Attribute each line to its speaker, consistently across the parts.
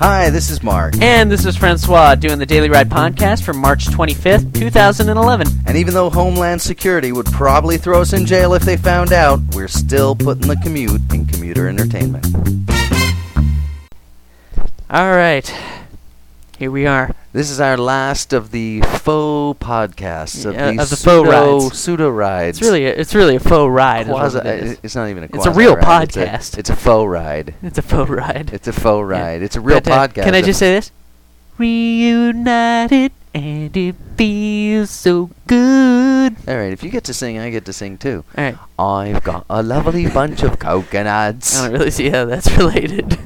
Speaker 1: Hi, this is Mark.
Speaker 2: And this is Francois doing the Daily Ride podcast for March 25th, 2011.
Speaker 1: And even though Homeland Security would probably throw us in jail if they found out, we're still putting the commute in commuter entertainment.
Speaker 2: All right. Here we are.
Speaker 1: This is our last of the faux podcasts of
Speaker 2: Yeah,
Speaker 1: these
Speaker 2: of the faux
Speaker 1: pseudo
Speaker 2: rides.
Speaker 1: pseudo rides.
Speaker 2: It's really a, it's really a faux ride. is what
Speaker 1: Quasi-
Speaker 2: it is.
Speaker 1: it's not even a
Speaker 2: It's a
Speaker 1: quasi
Speaker 2: real
Speaker 1: ride, it's a- It's
Speaker 2: podcast.
Speaker 1: a, faux ride.
Speaker 2: It's a faux ride.
Speaker 1: It's a faux
Speaker 2: Yeah.
Speaker 1: ride. It's a real
Speaker 2: But, uh,
Speaker 1: podcast.
Speaker 2: Can I just say this? Reunited and it feels so good.
Speaker 1: All right, if you get to sing, I get to sing too.
Speaker 2: All right.
Speaker 1: I've got a lovely bunch of coconuts.
Speaker 2: I don't really see how that's related.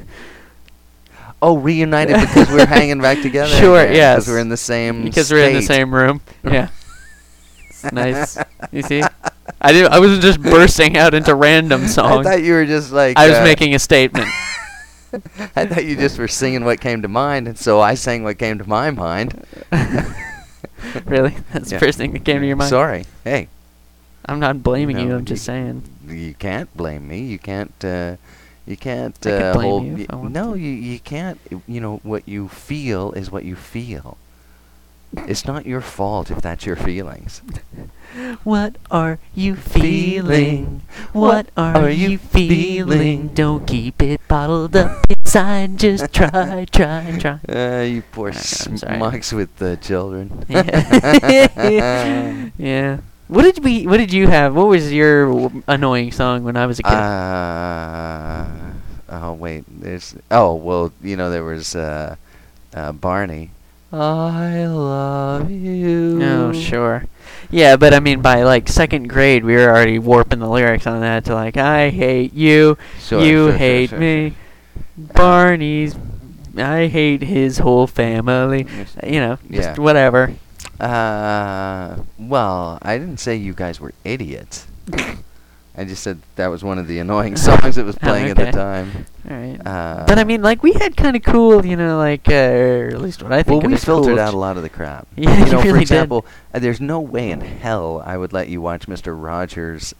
Speaker 1: Oh, reunited because we're hanging back together.
Speaker 2: Sure,
Speaker 1: again,
Speaker 2: yes.
Speaker 1: Because we're in the same.
Speaker 2: because we're in the
Speaker 1: state.
Speaker 2: same room. Yeah. It's nice. You see? I did I wasn't just bursting out into random songs.
Speaker 1: I thought you were just like.
Speaker 2: I was
Speaker 1: uh,
Speaker 2: making a statement.
Speaker 1: I thought you just were singing what came to mind, and so I sang what came to my mind.
Speaker 2: really? That's
Speaker 1: Yeah.
Speaker 2: the first thing that came to your mind.
Speaker 1: Sorry. Hey,
Speaker 2: I'm not blaming
Speaker 1: No,
Speaker 2: you. I'm
Speaker 1: you-
Speaker 2: just saying.
Speaker 1: you can't blame me. You can't. Uh, you can't
Speaker 2: I could
Speaker 1: uh,
Speaker 2: blame
Speaker 1: hold.
Speaker 2: you
Speaker 1: y-
Speaker 2: if I want
Speaker 1: no,
Speaker 2: to.
Speaker 1: you you can't. You know what you feel is what you feel. It's not your fault if that's your feelings.
Speaker 2: What are you
Speaker 1: Feeling.
Speaker 2: feeling? What are, you feeling? Don't keep it bottled up inside. Just try, try, try.
Speaker 1: Uh, you poor
Speaker 2: Alright, I'm sorry.
Speaker 1: smokes with the children.
Speaker 2: Yeah. yeah. What did we? What did you have? What was your w- annoying song when I was a kid?
Speaker 1: Uh, oh wait, there's oh well, you know there was uh, uh, Barney. I love you.
Speaker 2: oh, sure. Yeah, but I mean, by like second grade, we were already warping the lyrics on that to like, I hate you,
Speaker 1: Sure,
Speaker 2: you
Speaker 1: sure, sure,
Speaker 2: hate
Speaker 1: sure,
Speaker 2: me, Barney's, I hate his whole family.
Speaker 1: Yes.
Speaker 2: You know,
Speaker 1: Yeah.
Speaker 2: just whatever.
Speaker 1: Uh, well, I didn't say you guys were idiots. I just said that was one of the annoying songs that was
Speaker 2: Oh,
Speaker 1: playing at
Speaker 2: okay.
Speaker 1: the time.
Speaker 2: All right.
Speaker 1: Uh,
Speaker 2: but I mean, like we had kind of cool, you know, like uh, or at least what I
Speaker 1: well,
Speaker 2: think. of
Speaker 1: we
Speaker 2: as
Speaker 1: filtered
Speaker 2: cool
Speaker 1: out
Speaker 2: ch-
Speaker 1: a lot of the crap.
Speaker 2: Yeah,
Speaker 1: you
Speaker 2: you
Speaker 1: know, for
Speaker 2: really did.
Speaker 1: example, uh, there's no way in hell I would let you watch Mister Rogers'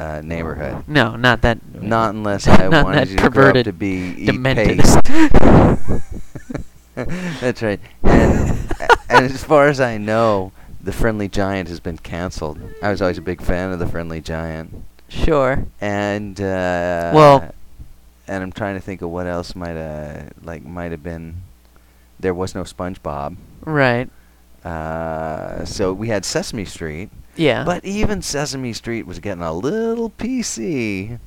Speaker 1: uh, Neighborhood.
Speaker 2: No, not that.
Speaker 1: Not unless I
Speaker 2: Mm-hmm. not
Speaker 1: wanted
Speaker 2: that
Speaker 1: you to grow up
Speaker 2: perverted,
Speaker 1: to be E eat
Speaker 2: demented.
Speaker 1: paste. That's right. And, and as far as I know, the Friendly Giant has been canceled. I was always a big fan of the Friendly Giant.
Speaker 2: sure.
Speaker 1: And uh,
Speaker 2: Well-
Speaker 1: and I'm trying to think of what else might uh like might have been. There was no SpongeBob.
Speaker 2: Right.
Speaker 1: Uh, so we had Sesame Street,
Speaker 2: Yeah.
Speaker 1: but even Sesame Street was getting a little PC.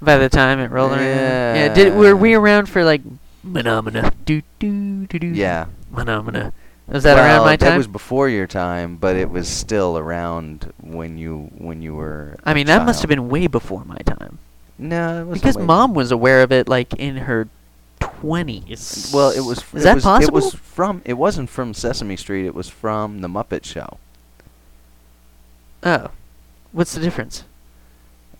Speaker 2: by the time it rolled around, yeah. Did
Speaker 1: Yeah.
Speaker 2: were we around for like phenomena? Do do do do.
Speaker 1: Yeah.
Speaker 2: Phenomena. Was that around
Speaker 1: Well,
Speaker 2: my time?
Speaker 1: That was before your time, but it was still around when you when you were.
Speaker 2: I
Speaker 1: a
Speaker 2: mean, that must have
Speaker 1: child.
Speaker 2: been way before my time.
Speaker 1: No, it was
Speaker 2: Because mom was aware of it like in her twenties.
Speaker 1: Well, it was.
Speaker 2: Is
Speaker 1: it
Speaker 2: that
Speaker 1: was,
Speaker 2: possible?
Speaker 1: It was from. It wasn't from Sesame Street. It was from the Muppet Show.
Speaker 2: Oh, what's the difference?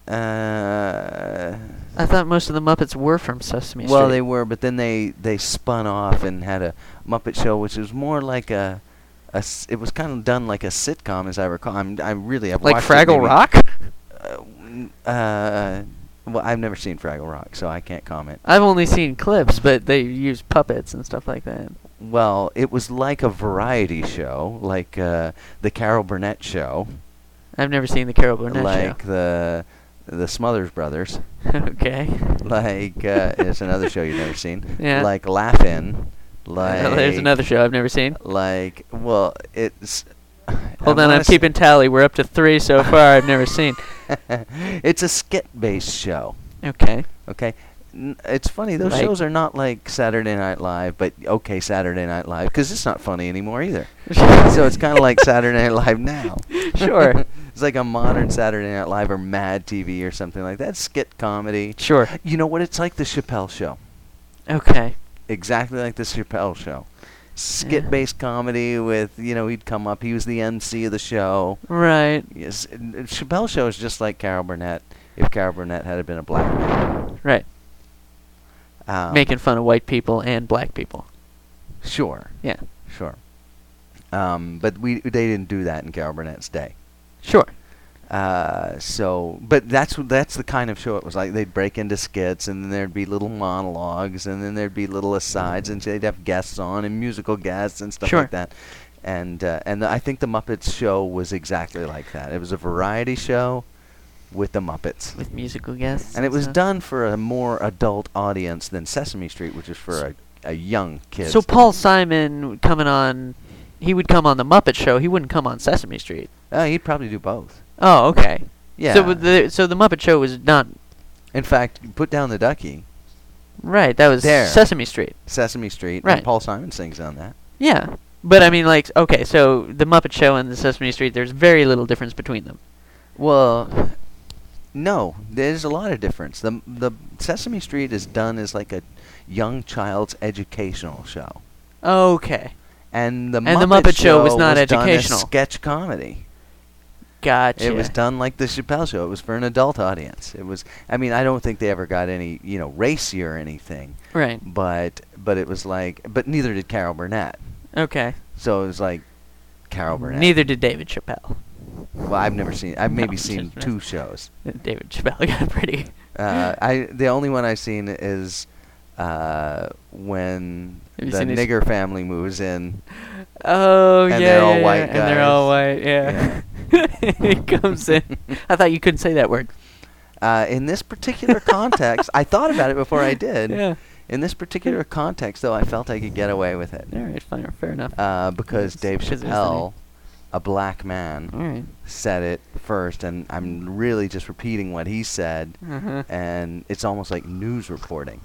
Speaker 1: Uh,
Speaker 2: I thought most of the Muppets were from Sesame Street.
Speaker 1: well, they were, but then they they spun off and had a Muppet Show, which was more like a. a s- it was kind of done like a sitcom, as I recall. I'm, I really have
Speaker 2: like
Speaker 1: watched it
Speaker 2: Fraggle
Speaker 1: maybe-
Speaker 2: Rock.
Speaker 1: Uh, n- uh, well, I've never seen Fraggle Rock, so I can't comment.
Speaker 2: I've only seen clips, but they use puppets and stuff like that.
Speaker 1: Well, it was like a variety show, like uh, the Carol Burnett show,
Speaker 2: I've never seen the Carol Burnett
Speaker 1: like the the Smothers Brothers,
Speaker 2: show. okay.
Speaker 1: like uh, it's another show you've never seen,
Speaker 2: Yeah.
Speaker 1: like Laugh-In, like
Speaker 2: Uh, there's another show I've never seen.
Speaker 1: like well, it's
Speaker 2: Hold on, I'm keeping tally. We're up to three so far. I've never seen.
Speaker 1: it's a skit-based show.
Speaker 2: Okay.
Speaker 1: Okay. N- It's funny. Those
Speaker 2: Like-
Speaker 1: shows are not like Saturday Night Live, but okay, Saturday Night Live, because it's not funny anymore either. so it's kind of like Saturday Night Live now.
Speaker 2: Sure.
Speaker 1: it's like a modern Saturday Night Live or Mad TV or something like that. Skit comedy.
Speaker 2: Sure.
Speaker 1: You know what? It's like the Chappelle Show.
Speaker 2: Okay.
Speaker 1: Exactly like the Chappelle Show. Skit based comedy with, you know, he'd come up. He was the MC of the show.
Speaker 2: Right.
Speaker 1: Yes, n- n- Chappelle Show is just like Carol Burnett if Carol Burnett had been a black man.
Speaker 2: Right.
Speaker 1: Um,
Speaker 2: Making fun of white people and black people.
Speaker 1: Sure.
Speaker 2: Yeah.
Speaker 1: Sure. Um, but we they didn't do that in Carol Burnett's day.
Speaker 2: Sure.
Speaker 1: Uh, so, but that's what- that's the kind of show it was like. They'd break into skits, and then there'd be little monologues, and then there'd be little asides, and they'd have guests on and musical guests and stuff
Speaker 2: Sure.
Speaker 1: like that. And uh, and I think the Muppets show was exactly like that. It was a variety show with the Muppets,
Speaker 2: with musical guests.
Speaker 1: and it was
Speaker 2: stuff.
Speaker 1: done for a more adult audience than Sesame Street, which is for a, a young kid.
Speaker 2: So Paul Simon coming on, he would come on the Muppet Show. He wouldn't come on Sesame Street.
Speaker 1: uh, he'd probably do both.
Speaker 2: Oh, okay.
Speaker 1: Yeah.
Speaker 2: So with the so the Muppet Show was not
Speaker 1: In fact, put down the ducky.
Speaker 2: right. That was
Speaker 1: There.
Speaker 2: Sesame Street.
Speaker 1: Sesame Street.
Speaker 2: Right.
Speaker 1: And Paul Simon sings on that.
Speaker 2: Yeah. But I mean, like, okay, so the Muppet Show and the Sesame Street, there's very little difference between them.
Speaker 1: Well, no, there's a lot of difference. The the Sesame Street is done as like a young child's educational show,
Speaker 2: Okay.
Speaker 1: and the
Speaker 2: And
Speaker 1: Muppet
Speaker 2: the Muppet Show was not
Speaker 1: done as
Speaker 2: educational.
Speaker 1: sketch comedy.
Speaker 2: Gotcha.
Speaker 1: It was done like the Chappelle Show. It was for an adult audience. It was. I mean, I don't think they ever got any you know racy or anything,
Speaker 2: Right.
Speaker 1: but but it was like. But neither did Carol Burnett.
Speaker 2: Okay.
Speaker 1: So it was like Carol Burnett.
Speaker 2: Neither did David Chappelle.
Speaker 1: Well, I've never seen. I've
Speaker 2: No,
Speaker 1: maybe
Speaker 2: I'm
Speaker 1: seen
Speaker 2: just-
Speaker 1: two shows.
Speaker 2: David Chappelle got pretty.
Speaker 1: Uh, I the only one I've seen is uh, when
Speaker 2: Have you
Speaker 1: the
Speaker 2: seen his-
Speaker 1: nigger family moves in.
Speaker 2: Oh yeah,
Speaker 1: And they're all
Speaker 2: yeah,
Speaker 1: white
Speaker 2: yeah, and they're all white. Yeah. it comes in. I thought you couldn't say that word.
Speaker 1: Uh, in this particular context, I thought about it before I did.
Speaker 2: Yeah.
Speaker 1: In this particular context, though, I felt I could get away with it
Speaker 2: All right. Fine. Fair enough.
Speaker 1: uh, because
Speaker 2: It's-
Speaker 1: Dave
Speaker 2: because it was Mm. the
Speaker 1: Chappelle, a black man,
Speaker 2: name. All right.
Speaker 1: said it first, and I'm really just repeating what he said,
Speaker 2: Uh-huh.
Speaker 1: and it's almost like news reporting.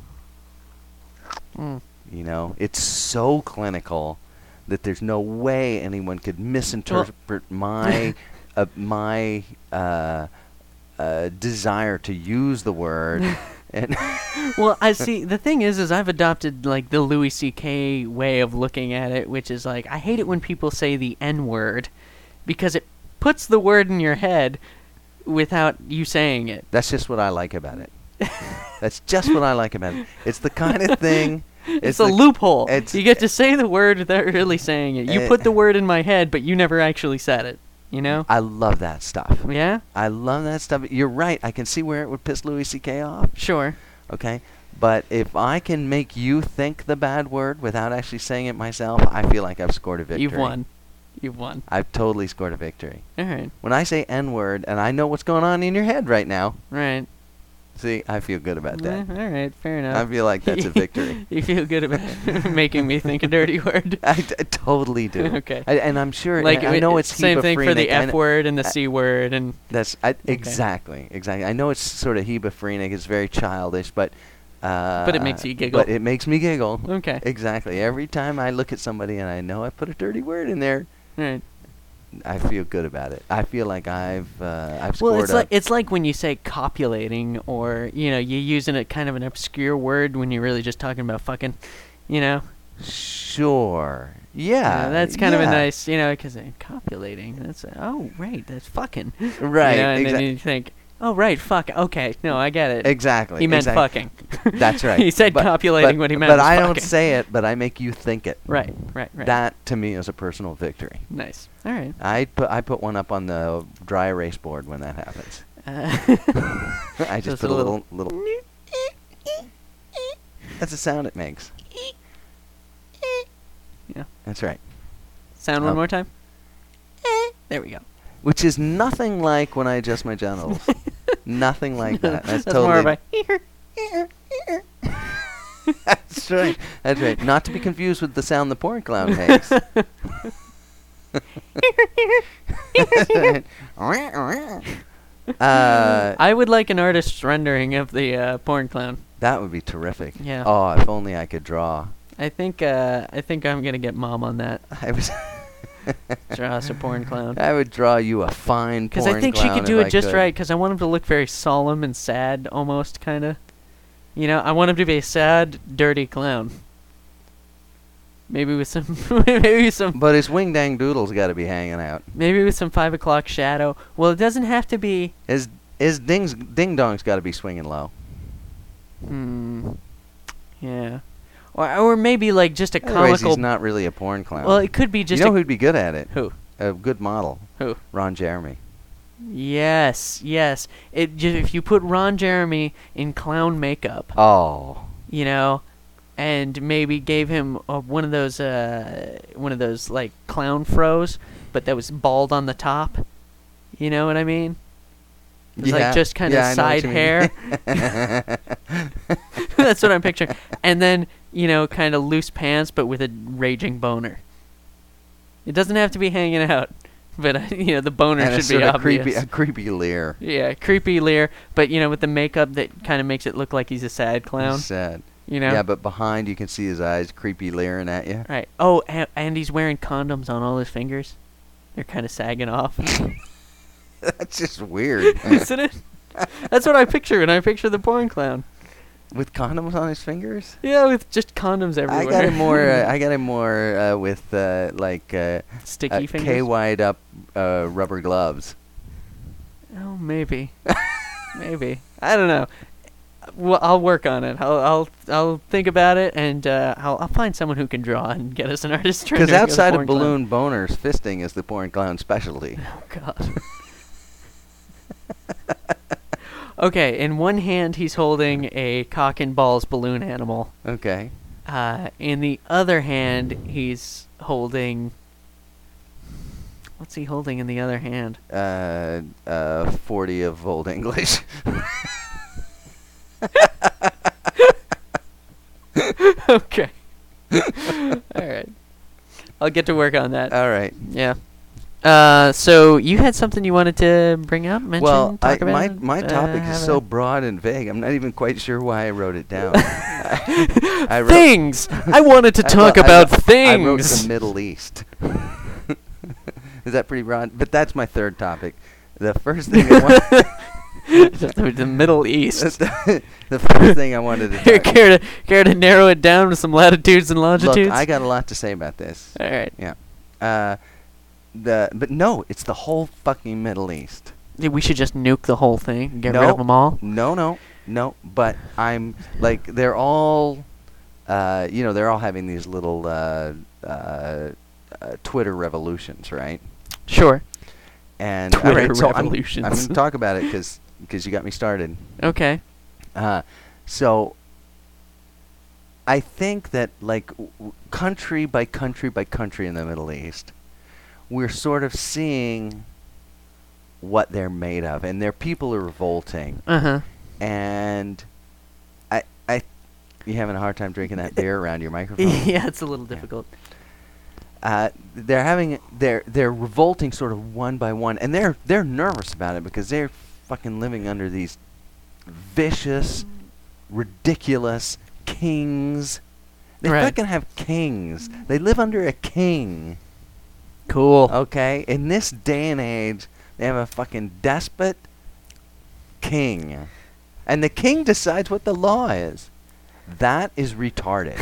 Speaker 1: Hmm.
Speaker 2: Mm.
Speaker 1: You know, it's so clinical that there's no way anyone could misinterpret my uh, my uh, uh, desire to use the word. and
Speaker 2: well, I see. The thing is, is I've adopted like the Louis C.K. way of looking at it, which is like I hate it when people say the N word, because it puts the word in your head without you saying it.
Speaker 1: that's just what I like about it. that's just what I like about it. It's the kind of thing.
Speaker 2: It's, a loophole.
Speaker 1: it's-
Speaker 2: you get to say the word without really saying it. You
Speaker 1: Eh.
Speaker 2: put the word in my head, but you never actually said it. You know?
Speaker 1: I love that stuff.
Speaker 2: Yeah.
Speaker 1: I love that stuff. You're right. I can see where it would piss Louis C.K. off.
Speaker 2: Sure.
Speaker 1: Okay? But if I can make you think the bad word without actually saying it myself, I feel like I've scored a victory.
Speaker 2: You've won. You've won.
Speaker 1: I've totally scored a victory.
Speaker 2: All right.
Speaker 1: When I say N word and I know what's going on in your head right now,
Speaker 2: Right.
Speaker 1: see, I feel good about that.
Speaker 2: Eh, all right. Fair enough.
Speaker 1: I feel like that's a victory.
Speaker 2: you feel good about making me think a dirty word.
Speaker 1: I, d- I totally do.
Speaker 2: Okay.
Speaker 1: I, and I'm sure.
Speaker 2: like
Speaker 1: Like I
Speaker 2: it-
Speaker 1: know it's
Speaker 2: same thing for the
Speaker 1: hebephrenic, I
Speaker 2: F
Speaker 1: kn-
Speaker 2: word and the
Speaker 1: I-
Speaker 2: C word and
Speaker 1: That's I, exactly, exactly. I know it's sort of hebephrenic. It's very childish, but. Uh,
Speaker 2: But it makes you giggle.
Speaker 1: But it makes me giggle.
Speaker 2: okay.
Speaker 1: Exactly. Every time I look at somebody and I know I put a dirty word in there,
Speaker 2: Right.
Speaker 1: I feel good about it. I feel like I've uh, I've scored
Speaker 2: Well, it's
Speaker 1: a-
Speaker 2: like it's like when you say copulating or you know you're using a kind of an obscure word when you're really just talking about fucking, you know.
Speaker 1: sure.
Speaker 2: You know,
Speaker 1: Yeah.
Speaker 2: that's kind of a
Speaker 1: yeah.
Speaker 2: nice you know because copulating. That's oh right that's fucking You know,
Speaker 1: Right.
Speaker 2: and
Speaker 1: exac-
Speaker 2: then you think oh right fuck okay no I get it
Speaker 1: exactly.
Speaker 2: he meant
Speaker 1: exactly.
Speaker 2: fucking.
Speaker 1: That's right.
Speaker 2: he said
Speaker 1: But-
Speaker 2: copulating
Speaker 1: but-
Speaker 2: when he meant
Speaker 1: But
Speaker 2: was
Speaker 1: I don't
Speaker 2: fucking.
Speaker 1: say it, but I make you think it.
Speaker 2: Right. Right. Right.
Speaker 1: That to me is a personal victory.
Speaker 2: nice. All right.
Speaker 1: I put I put one up on the dry erase board when that happens.
Speaker 2: Uh,
Speaker 1: I just,
Speaker 2: Just a
Speaker 1: put a
Speaker 2: little-
Speaker 1: little little. That's the sound it makes.
Speaker 2: Yeah.
Speaker 1: That's right.
Speaker 2: Sound one
Speaker 1: Um,
Speaker 2: more time. Eh, There we go.
Speaker 1: Which is nothing like when I adjust my genitals. nothing like that. That's, totally.
Speaker 2: more of a
Speaker 1: That's right. That's right. Not to be confused with the sound the porn clown makes. uh,
Speaker 2: I would like an artist's rendering of the uh, porn clown.
Speaker 1: that would be terrific.
Speaker 2: Yeah.
Speaker 1: Oh, if only I could draw.
Speaker 2: I think uh, I think I'm gonna get mom on that.
Speaker 1: I was.
Speaker 2: Draw us a porn clown.
Speaker 1: I would draw you a fine porn
Speaker 2: Because I think she
Speaker 1: clown
Speaker 2: could do
Speaker 1: if
Speaker 2: it
Speaker 1: I
Speaker 2: just
Speaker 1: could.
Speaker 2: right. Because I want him to look very solemn and sad, almost kind of. You know, I want him to be a sad, dirty clown. Maybe with some, maybe with some
Speaker 1: But his wing dang doodle's got to be hanging out.
Speaker 2: Maybe with some five o'clock shadow. Well, it doesn't have to be.
Speaker 1: His his ding's ding dong's got to be swinging low.
Speaker 2: Hmm. Yeah. Or or maybe like just a
Speaker 1: Otherwise,
Speaker 2: comical.
Speaker 1: he's not really a porn clown.
Speaker 2: well, it could be just
Speaker 1: you know
Speaker 2: a,
Speaker 1: who'd be good at it?
Speaker 2: who
Speaker 1: A good model.
Speaker 2: who
Speaker 1: Ron Jeremy.
Speaker 2: Yes, yes. It ju- if you put Ron Jeremy in clown makeup,
Speaker 1: Oh,
Speaker 2: you know, and maybe gave him uh, one of those uh, one of those like clown froze, but that was bald on the top. You know what I mean? It was,
Speaker 1: Yeah,
Speaker 2: like just kind
Speaker 1: yeah, I know
Speaker 2: of
Speaker 1: what
Speaker 2: side
Speaker 1: you mean.
Speaker 2: hair. That's what I'm picturing. And then you know, kind of loose pants, but with a raging boner. It doesn't have to be hanging out, but uh, you know the boner
Speaker 1: and a
Speaker 2: should be
Speaker 1: sort of
Speaker 2: obvious.
Speaker 1: creepy, a creepy leer.
Speaker 2: Yeah, creepy leer, but you know, with the makeup that kind of makes it look like he's a sad clown.
Speaker 1: Sad.
Speaker 2: You know.
Speaker 1: Yeah, but behind you can see his eyes creepy leering at you.
Speaker 2: right. Oh, and, and he's wearing condoms on all his fingers. They're kind of sagging off,
Speaker 1: That's just weird.
Speaker 2: isn't it? That's what I picture when I picture the porn clown.
Speaker 1: with condoms on his fingers.
Speaker 2: Yeah, with just condoms everywhere.
Speaker 1: I got him more. Uh, I got him more uh, with uh, like uh,
Speaker 2: sticky
Speaker 1: uh,
Speaker 2: fingers.
Speaker 1: K wide up uh, rubber gloves.
Speaker 2: Oh, maybe. maybe. I don't know. Well, I'll work on it. I'll I'll, I'll think about it, and uh, I'll I'll find someone who can draw and get us an artist.
Speaker 1: Because
Speaker 2: rendering the
Speaker 1: outside of
Speaker 2: porn clown.
Speaker 1: balloon boners, fisting is the porn clown specialty.
Speaker 2: Oh god. okay, in one hand he's holding a cock and balls balloon animal.
Speaker 1: Okay.
Speaker 2: Uh, in the other hand he's holding. What's he holding in the other hand?
Speaker 1: Uh, uh, 40 of Old English.
Speaker 2: okay. All right. I'll get to work on that.
Speaker 1: All right.
Speaker 2: yeah. Uh, so you had something you wanted to bring up, mention,
Speaker 1: well, I,
Speaker 2: talk about?
Speaker 1: my, my
Speaker 2: uh,
Speaker 1: topic is
Speaker 2: have
Speaker 1: so
Speaker 2: a-
Speaker 1: broad and vague, I'm not even quite sure why I wrote it down. I, I wrote-
Speaker 2: things. I wanted to
Speaker 1: I
Speaker 2: talk
Speaker 1: wrote- I
Speaker 2: about
Speaker 1: wrote-
Speaker 2: things.
Speaker 1: I wrote the Middle East. is that pretty broad? But that's my third topic. The first thing I want.
Speaker 2: the, the Middle East.
Speaker 1: the first thing I wanted to
Speaker 2: Here,
Speaker 1: talk
Speaker 2: care to care to narrow it down to some latitudes and longitudes?
Speaker 1: Look, I got a lot to say about this.
Speaker 2: All right.
Speaker 1: Yeah. Uh, the but no, it's the whole fucking Middle East.
Speaker 2: Yeah, We should just nuke the whole thing, and get rid
Speaker 1: No,
Speaker 2: of them all.
Speaker 1: No, no, no. But I'm like they're all, uh, you know, they're all having these little uh, uh, uh, Twitter revolutions, right?
Speaker 2: Sure.
Speaker 1: And
Speaker 2: Twitter
Speaker 1: alright, so I'm-
Speaker 2: revolutions. Oh.
Speaker 1: I'm, going to talk about it because you got me started.
Speaker 2: Okay.
Speaker 1: Uh, so I think that like w- w- country by country by country in the Middle East, we're sort of seeing what they're made of, and their people are revolting.
Speaker 2: Uh huh.
Speaker 1: And I, I, you having a hard time drinking that beer around your microphone?
Speaker 2: yeah, it's a little
Speaker 1: Yeah.
Speaker 2: difficult.
Speaker 1: Uh, they're having they're they're revolting sort of one by one, and they're they're nervous about it because they're fucking living under these vicious, ridiculous kings. They
Speaker 2: Right.
Speaker 1: fucking have kings. They live under a king.
Speaker 2: Cool.
Speaker 1: Oh. Okay, in this day and age, they have a fucking despot king, and the king decides what the law is. That is retarded.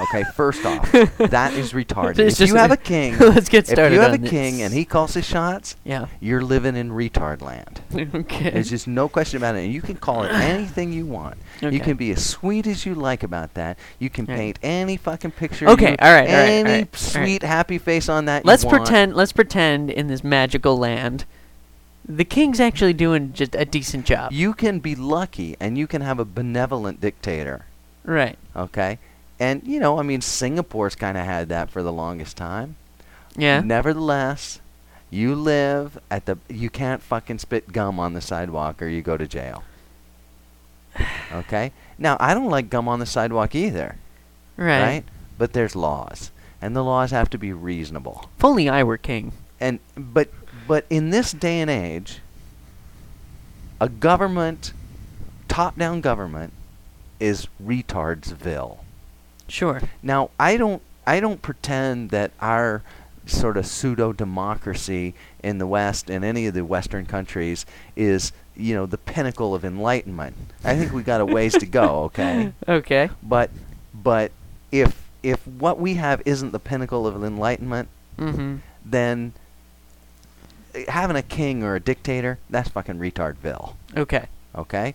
Speaker 1: okay, first off, that is retarded.
Speaker 2: It's
Speaker 1: if you
Speaker 2: just-
Speaker 1: have a king,
Speaker 2: Let's get
Speaker 1: if
Speaker 2: started
Speaker 1: you have a
Speaker 2: on
Speaker 1: king
Speaker 2: this.
Speaker 1: and he calls his shots,
Speaker 2: Yeah.
Speaker 1: you're living in retard land.
Speaker 2: okay.
Speaker 1: There's just no question about it. And you can call it anything you want.
Speaker 2: Okay.
Speaker 1: You can be as sweet as you like about that. You can
Speaker 2: Alright.
Speaker 1: paint any fucking picture.
Speaker 2: Okay,
Speaker 1: you-
Speaker 2: alright, alright,
Speaker 1: Any
Speaker 2: alright, alright.
Speaker 1: sweet happy face on that. you
Speaker 2: let's
Speaker 1: want.
Speaker 2: pretend. Let's pretend in this magical land, the king's actually doing just a decent job.
Speaker 1: You can be lucky and you can have a benevolent dictator.
Speaker 2: right.
Speaker 1: Okay? And, you know, I mean, Singapore's kind of had that for the longest time.
Speaker 2: Yeah.
Speaker 1: Nevertheless, you live at the. You can't fucking spit gum on the sidewalk or you go to jail. Okay? Now, I don't like gum on the sidewalk either.
Speaker 2: right.
Speaker 1: But there's laws. And the laws have to be reasonable.
Speaker 2: If only I were king.
Speaker 1: And but but in this day and age, a government, top-down government, is retardsville.
Speaker 2: Sure.
Speaker 1: Now, I don't I don't pretend that our sort of pseudo democracy in the West and any of the Western countries is you know the pinnacle of enlightenment. I think we got a ways to go. Okay,
Speaker 2: Okay.
Speaker 1: but but if if what we have isn't the pinnacle of enlightenment,
Speaker 2: Mm-hmm.
Speaker 1: then eh, having a king or a dictator that's fucking retardville
Speaker 2: Okay.
Speaker 1: okay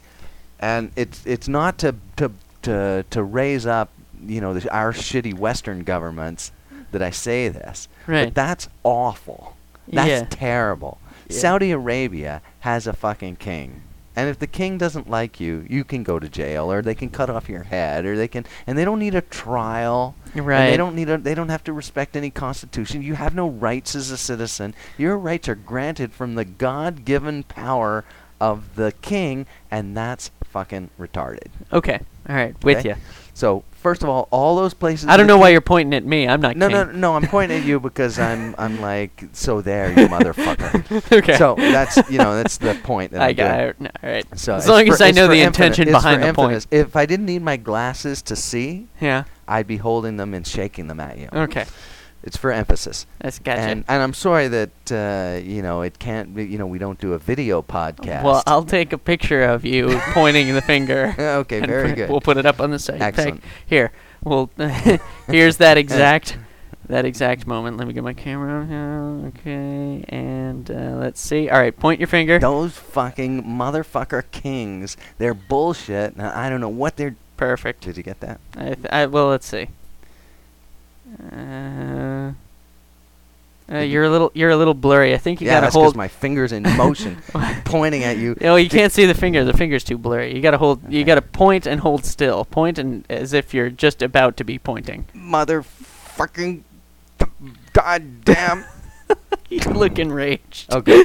Speaker 1: and it's it's not to to to to raise up you know the, our shitty western governments that i say this
Speaker 2: Right.
Speaker 1: but that's awful that's
Speaker 2: Yeah.
Speaker 1: terrible
Speaker 2: Yeah.
Speaker 1: Saudi Arabia has a fucking king. And if the king doesn't like you, you can go to jail or they can cut off your head or they can and they don't need a trial. And
Speaker 2: Right.
Speaker 1: they don't need a, they don't have to respect any constitution. You have no rights as a citizen. Your rights are granted from the God-given power of the king and that's fucking retarded.
Speaker 2: Okay. All right. With
Speaker 1: Okay?
Speaker 2: you.
Speaker 1: So, first of all, all those places
Speaker 2: I don't
Speaker 1: the
Speaker 2: know why
Speaker 1: king-
Speaker 2: you're pointing at me. I'm not.
Speaker 1: no, no,
Speaker 2: king.
Speaker 1: no! I'm pointing at you because I'm, I'm like, so there, you motherfucker.
Speaker 2: okay.
Speaker 1: So that's, you know, that's the point that
Speaker 2: I
Speaker 1: I'm
Speaker 2: got
Speaker 1: doing.
Speaker 2: it. All right.
Speaker 1: So
Speaker 2: as
Speaker 1: it's
Speaker 2: long
Speaker 1: for-
Speaker 2: as I
Speaker 1: it's
Speaker 2: know
Speaker 1: for
Speaker 2: the
Speaker 1: infinite-
Speaker 2: intention
Speaker 1: it's
Speaker 2: behind
Speaker 1: for
Speaker 2: the point.
Speaker 1: infinite. If I didn't need my glasses to see,
Speaker 2: Yeah.
Speaker 1: I'd be holding them and shaking them at you.
Speaker 2: Okay.
Speaker 1: It's for emphasis.
Speaker 2: That's gotcha.
Speaker 1: And and I'm sorry that uh, you know it can't be. You know we don't do a video podcast.
Speaker 2: Well, I'll take a picture of you pointing the finger.
Speaker 1: Okay,
Speaker 2: and
Speaker 1: very
Speaker 2: put-
Speaker 1: good.
Speaker 2: We'll put it up on the site. In fact,
Speaker 1: Excellent.
Speaker 2: here, well, here's that exact, that exact moment. Let me get my camera. out here. Okay, and uh, let's see. All right, point your finger.
Speaker 1: Those fucking motherfucker kings. They're bullshit. And I don't know what they're.
Speaker 2: Perfect.
Speaker 1: Did you get that?
Speaker 2: I, th- I well, let's see. Uh, uh,
Speaker 1: you-
Speaker 2: you're a little, you're a little blurry. I think you
Speaker 1: yeah,
Speaker 2: gotta
Speaker 1: that's 'cause
Speaker 2: hold.
Speaker 1: my fingers in motion, pointing at you.
Speaker 2: Oh, you
Speaker 1: Di-
Speaker 2: can't see the finger. The finger's too blurry. You gotta hold. You
Speaker 1: Okay.
Speaker 2: gotta point and hold still. Point and as if you're just about to be pointing.
Speaker 1: Motherfucking goddamn.
Speaker 2: you look enraged.
Speaker 1: Okay.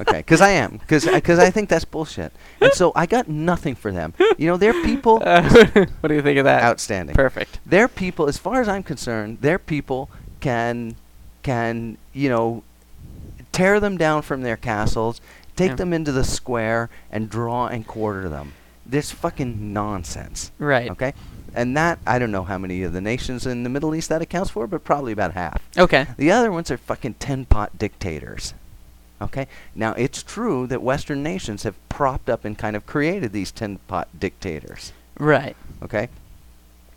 Speaker 1: Okay, because I am, because I think that's bullshit, and so I got nothing for them. You know, they're people
Speaker 2: Uh, what do you think of that?
Speaker 1: outstanding.
Speaker 2: Perfect.
Speaker 1: Their people, as far as I'm concerned, their people can can you know tear them down from their castles, take
Speaker 2: Yeah.
Speaker 1: them into the square, and draw and quarter them. This fucking nonsense.
Speaker 2: Right.
Speaker 1: Okay, and that I don't know how many of the nations in the Middle East that accounts for, but probably about half.
Speaker 2: Okay.
Speaker 1: The other ones are fucking tin pot dictators. Okay? Now, it's true that Western nations have propped up and kind of created these tin pot dictators.
Speaker 2: Right.
Speaker 1: Okay?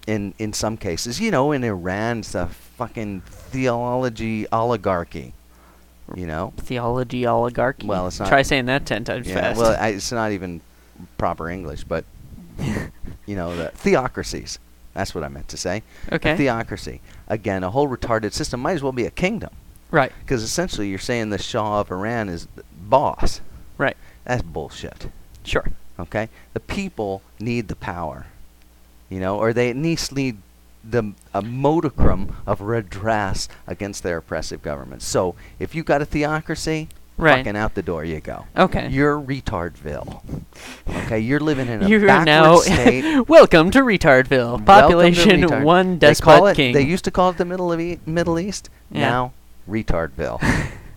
Speaker 1: In, in some cases, you know, in Iran, it's a fucking theology oligarchy. You know?
Speaker 2: Theology oligarchy.
Speaker 1: Well, it's not-
Speaker 2: Try saying that ten times
Speaker 1: Yeah,
Speaker 2: fast.
Speaker 1: well, I, it's not even proper English, but, you know, the theocracies. That's what I meant to say. A
Speaker 2: Okay.
Speaker 1: theocracy. Again, a whole retarded system might as well be a kingdom.
Speaker 2: right.
Speaker 1: Because essentially, you're saying the Shah of Iran is the boss.
Speaker 2: Right.
Speaker 1: That's bullshit.
Speaker 2: Sure.
Speaker 1: Okay, the people need the power, you know, or they at least need the a modicum of redress against their oppressive government. So if you got a theocracy,
Speaker 2: Right.
Speaker 1: fucking out the door you go.
Speaker 2: Okay.
Speaker 1: You're retardville. Okay, you're living in a
Speaker 2: You are
Speaker 1: backward
Speaker 2: now
Speaker 1: state.
Speaker 2: welcome to
Speaker 1: Welcome to
Speaker 2: Retardville. Population
Speaker 1: retard-
Speaker 2: one
Speaker 1: They
Speaker 2: despot
Speaker 1: call it-
Speaker 2: king.
Speaker 1: They used to call it the Middle of e- Middle East.
Speaker 2: Yeah.
Speaker 1: Now, retardville.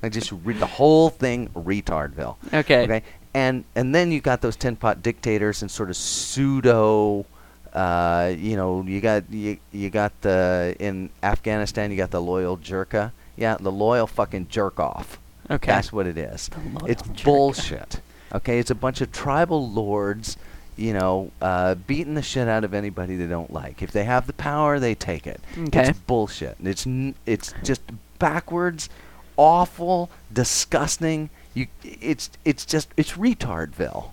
Speaker 1: I just read the whole thing, retardville.
Speaker 2: okay.
Speaker 1: Okay. And and then you got those tin pot dictators and sort of pseudo. Uh, you know, you got you, you got the in Afghanistan. You got the loyal jerka. Yeah, the loyal fucking jerk off.
Speaker 2: Okay.
Speaker 1: That's what it is.
Speaker 2: The loyal
Speaker 1: It's
Speaker 2: jerk.
Speaker 1: bullshit. Okay, it's a bunch of tribal lords. You know, uh, beating the shit out of anybody they don't like. If they have the power, they take it.
Speaker 2: Okay.
Speaker 1: It's bullshit. And It's n- it's just backwards, awful, disgusting. You, it's it's just it's retardville.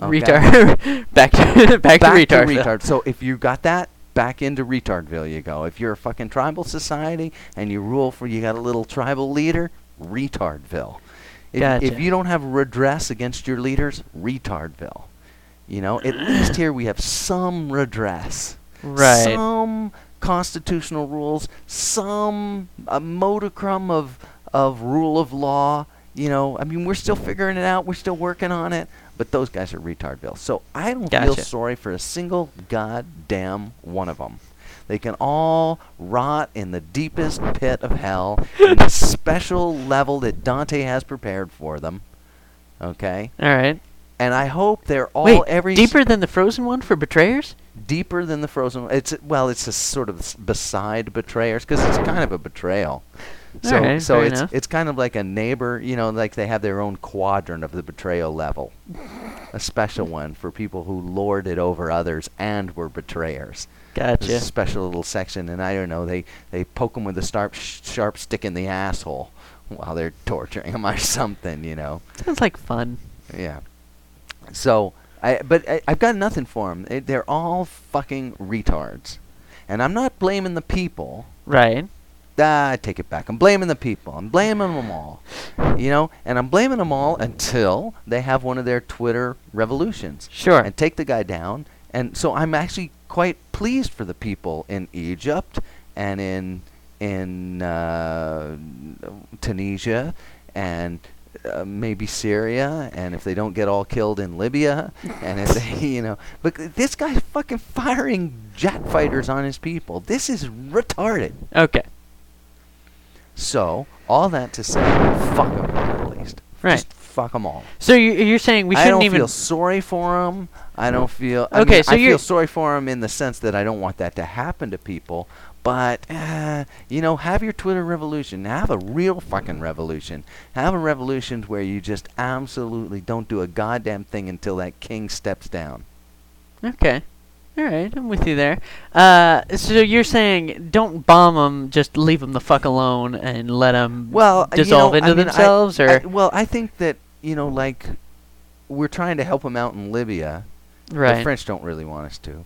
Speaker 1: Okay?
Speaker 2: Retard. back to back,
Speaker 1: Oh, Back
Speaker 2: to Retardville.
Speaker 1: retard. So if you got that, back into retardville you go. If you're a fucking tribal society and you rule for you got a little tribal leader, retardville. If, if
Speaker 2: Gotcha.
Speaker 1: you don't have redress against your leaders, retardville. You know, at least here we have some redress
Speaker 2: Right.
Speaker 1: some constitutional rules, some a modicum of of rule of law. You know, I mean, we're still figuring it out. We're still working on it. But those guys are retardville. So I don't feel
Speaker 2: Gotcha.
Speaker 1: sorry for a single goddamn one of them. They can all rot in the deepest pit of hell in the special level that Dante has prepared for them. Okay,
Speaker 2: All right.
Speaker 1: and I hope they're all
Speaker 2: Wait,
Speaker 1: every s-
Speaker 2: deeper than the frozen one for betrayers?
Speaker 1: deeper than the frozen. It's well, it's a sort of s- beside betrayers because it's kind of a betrayal. So
Speaker 2: Alright,
Speaker 1: so
Speaker 2: fair
Speaker 1: it's
Speaker 2: enough.
Speaker 1: it's kind of like a neighbor, you know, like they have their own quadrant of the betrayal level, a special one for people who lorded over others and were betrayers. There's
Speaker 2: Gotcha.
Speaker 1: a special little section, and I don't know, they they poke them with a sharp sharp stick in the asshole while they're torturing them or something, you know.
Speaker 2: Sounds like fun.
Speaker 1: Yeah. So, I but I, I've got nothing for them. they're all fucking retards, and I'm not blaming the people.
Speaker 2: Right.
Speaker 1: ah, I take it back. I'm blaming the people. I'm blaming them all. You know, and I'm blaming them all until they have one of their Twitter revolutions
Speaker 2: Sure.
Speaker 1: and take the guy down. And so I'm actually quite pleased for the people in Egypt and in in uh, Tunisia and uh, maybe Syria and if they don't get all killed in Libya and if they you know but this guy's fucking firing jet fighters on his people. This is retarded.
Speaker 2: Okay.
Speaker 1: So all that to say, fuck them in the Middle East.
Speaker 2: Right.
Speaker 1: Just fuck them all.
Speaker 2: So you- you're saying we
Speaker 1: I
Speaker 2: shouldn't
Speaker 1: don't
Speaker 2: even
Speaker 1: feel sorry for him. I don't feel. I
Speaker 2: Okay,
Speaker 1: mean,
Speaker 2: so
Speaker 1: I
Speaker 2: you're-
Speaker 1: feel sorry for him in the sense that I don't want that to happen to people. But uh, you know, have your Twitter revolution. Have a real fucking revolution. Have a revolution where you just absolutely don't do a goddamn thing until that king steps down.
Speaker 2: Okay. All right, I'm with you there. Uh, so you're saying don't bomb them, just leave them the fuck alone and let them
Speaker 1: Well, you
Speaker 2: dissolve
Speaker 1: know,
Speaker 2: into
Speaker 1: I mean, I-
Speaker 2: themselves, or
Speaker 1: I- well, I think that you know, like we're trying to help him out in Libya. The
Speaker 2: right?
Speaker 1: French don't really want us to.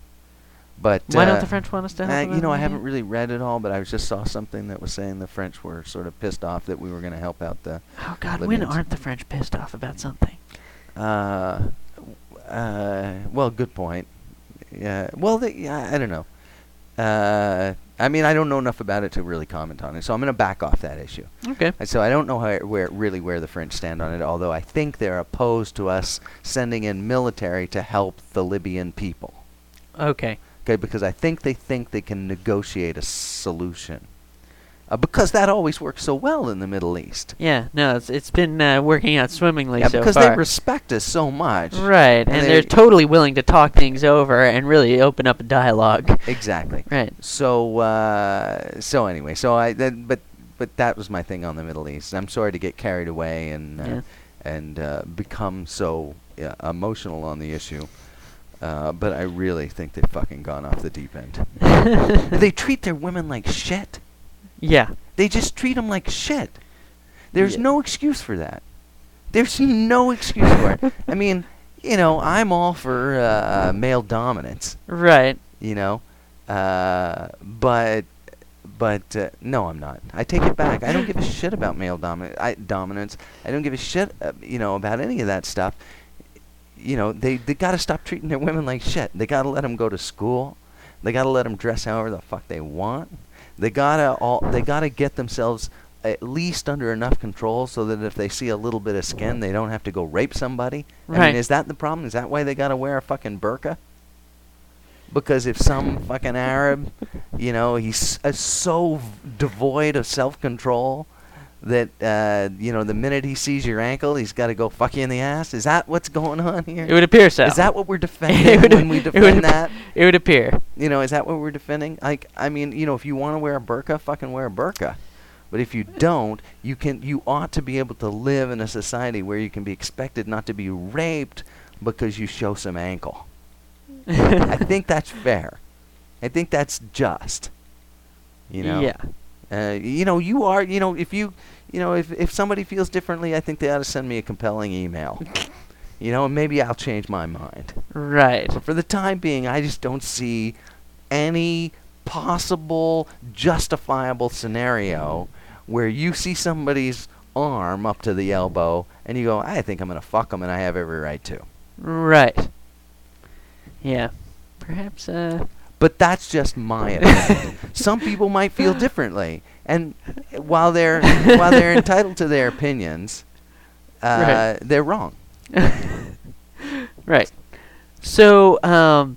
Speaker 1: But
Speaker 2: Why don't
Speaker 1: uh,
Speaker 2: the French want us to
Speaker 1: Uh,
Speaker 2: help? them
Speaker 1: you
Speaker 2: out
Speaker 1: know, I
Speaker 2: in
Speaker 1: haven't
Speaker 2: Libya?
Speaker 1: really read it all, but I just saw something that was saying the French were sort of pissed off that we were going to help out the.
Speaker 2: oh God, when
Speaker 1: Libyans.
Speaker 2: aren't the French pissed off about something?
Speaker 1: Uh, uh, well, good point. Yeah. Well, the, yeah, I don't know. Uh, I mean, I don't know enough about it to really comment on it, so I'm going to back off that issue.
Speaker 2: Okay.
Speaker 1: And so I don't know how, it- where really where the French stand on it, although I think they're opposed to us sending in military to help the Libyan people.
Speaker 2: Okay.
Speaker 1: Okay, because I think they think they can negotiate a solution. Uh, because that always works so well in the Middle East.
Speaker 2: Yeah. No, it's it's been uh, working out swimmingly
Speaker 1: Yeah,
Speaker 2: so
Speaker 1: because
Speaker 2: far.
Speaker 1: they respect us so much.
Speaker 2: right, and,
Speaker 1: and
Speaker 2: they're
Speaker 1: they-
Speaker 2: totally willing to talk things over and really open up a dialogue.
Speaker 1: Exactly.
Speaker 2: Right.
Speaker 1: So uh, so anyway, so I that, but but that was my thing on the Middle East. I'm sorry to get carried away and uh,
Speaker 2: Yeah.
Speaker 1: and uh, become so uh, emotional on the issue. Uh, but I really think they've fucking gone off the deep end. they treat their women like shit.
Speaker 2: yeah.
Speaker 1: They just treat them like shit. There's
Speaker 2: Yeah.
Speaker 1: no excuse for that. There's no excuse for it. I mean, you know, I'm all for uh, male dominance,
Speaker 2: Right.
Speaker 1: you know, uh, but but uh, no, I'm not. I take it back. I don't give a shit about male domin- I, dominance. I don't give a shit, uh, you know, about any of that stuff. You know, they they gotta stop treating their women like shit. They gotta let them go to school. They gotta let them dress however the fuck they want. They gotta all. They gotta get themselves at least under enough control so that if they see a little bit of skin, they don't have to go rape somebody. I
Speaker 2: Right.
Speaker 1: mean, is that the problem? Is that why they gotta wear a fucking burqa? Because if some fucking Arab, you know, he's uh, so v- devoid of self control that uh, you know the minute he sees your ankle, he's got to go fuck you in the ass. Is that what's going on here?
Speaker 2: It would appear so.
Speaker 1: Is that what we're defending
Speaker 2: would-
Speaker 1: when we
Speaker 2: it would-
Speaker 1: defend that?
Speaker 2: It would appear.
Speaker 1: You know, is that what we're defending? Like, I mean, you know, if you want to wear a burqa, fucking wear a burqa. But if you don't, you can. You ought to be able to live in a society where you can be expected not to be raped because you show some ankle. I think that's fair. I think that's just. You know.
Speaker 2: Yeah.
Speaker 1: Uh, you know, you are. You know, if you, you know, if if somebody feels differently, I think they ought to send me a compelling email. you know, and maybe I'll change my mind.
Speaker 2: Right.
Speaker 1: But for the time being, I just don't see any possible justifiable scenario where you see somebody's arm up to the elbow and you go, I think I'm gonna fuck them, and I have every right to.
Speaker 2: Right. Yeah. Perhaps uh
Speaker 1: But that's just my opinion. Some people might feel differently, and while they're while they're entitled to their opinions, uh, they're wrong.
Speaker 2: right. So um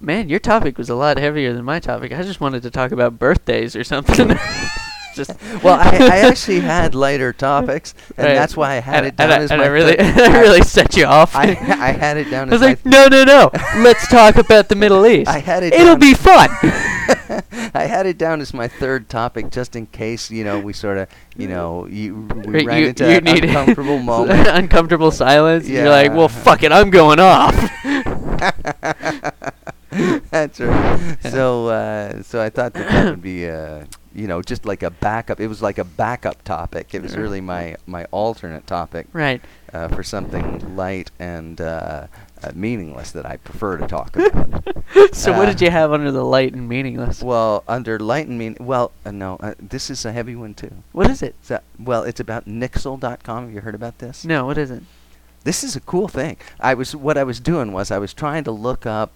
Speaker 2: man, your topic was a lot heavier than my topic. I just wanted to talk about birthdays or something. just
Speaker 1: Well, I, I actually had lighter topics, and
Speaker 2: Right.
Speaker 1: that's why I had
Speaker 2: and,
Speaker 1: it down
Speaker 2: and I-
Speaker 1: as
Speaker 2: and
Speaker 1: my
Speaker 2: I really
Speaker 1: third-
Speaker 2: I really set you off.
Speaker 1: I, I had it down
Speaker 2: I
Speaker 1: as
Speaker 2: was
Speaker 1: my
Speaker 2: like, no, no, no. Let's talk about the Middle East.
Speaker 1: I had it.
Speaker 2: It'll
Speaker 1: down-
Speaker 2: be fun.
Speaker 1: I had it down as my third topic, just in case you know we sort of you know you we
Speaker 2: Right,
Speaker 1: ran
Speaker 2: you-
Speaker 1: into
Speaker 2: you
Speaker 1: an
Speaker 2: need-
Speaker 1: uncomfortable moment.
Speaker 2: uncomfortable silence. and You're like, well,
Speaker 1: Yeah.
Speaker 2: fuck it, I'm going off.
Speaker 1: That's right. So, uh, so I thought that that would be, uh, you know, just like a backup. It was like a backup topic. It was really my my alternate topic
Speaker 2: right.
Speaker 1: uh, for something light and uh, uh, meaningless that I prefer to talk about.
Speaker 2: so what
Speaker 1: Uh,
Speaker 2: did you have under the light and meaningless?
Speaker 1: well, under light and mean, well, uh, no, uh, this is a heavy one too.
Speaker 2: what is it?
Speaker 1: So, well, it's about Nixel.com. Have you heard about this?
Speaker 2: No, what is it?
Speaker 1: This is a cool thing. I was what I was doing was I was trying to look up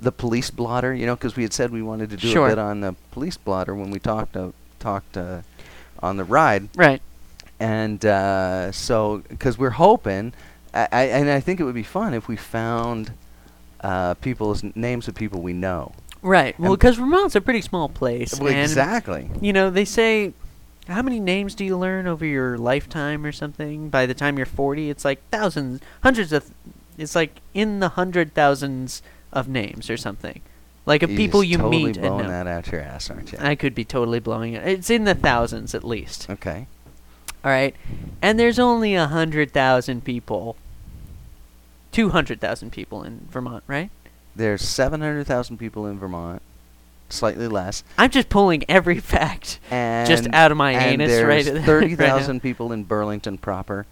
Speaker 1: the police blotter, you know, because we had said we wanted to do
Speaker 2: Sure.
Speaker 1: a bit on the police blotter when we talked uh, talked uh, on the ride,
Speaker 2: Right.
Speaker 1: and uh, so because we're hoping, I, I, and I think it would be fun if we found uh, people's n- names of people we know.
Speaker 2: Right. Well,
Speaker 1: And-
Speaker 2: because Vermont's a pretty small place.
Speaker 1: Well,
Speaker 2: and,
Speaker 1: exactly.
Speaker 2: You know, they say, how many names do you learn over your lifetime or something? By the time you're 40, it's like thousands, hundreds of, it's like in the hundred thousands of names or something. Like of
Speaker 1: You
Speaker 2: people
Speaker 1: just
Speaker 2: you
Speaker 1: totally
Speaker 2: meet and
Speaker 1: blowing
Speaker 2: know.
Speaker 1: that out your ass, aren't you?
Speaker 2: I could be totally blowing it. It's in the thousands at least.
Speaker 1: okay.
Speaker 2: All right, and there's only a hundred thousand people, two hundred thousand people in Vermont, right?
Speaker 1: There's 700,000 people in Vermont, slightly less.
Speaker 2: I'm just pulling every fact.
Speaker 1: And
Speaker 2: out of my
Speaker 1: and
Speaker 2: anus right
Speaker 1: there's
Speaker 2: at- right now.
Speaker 1: 30,000 people in Burlington proper,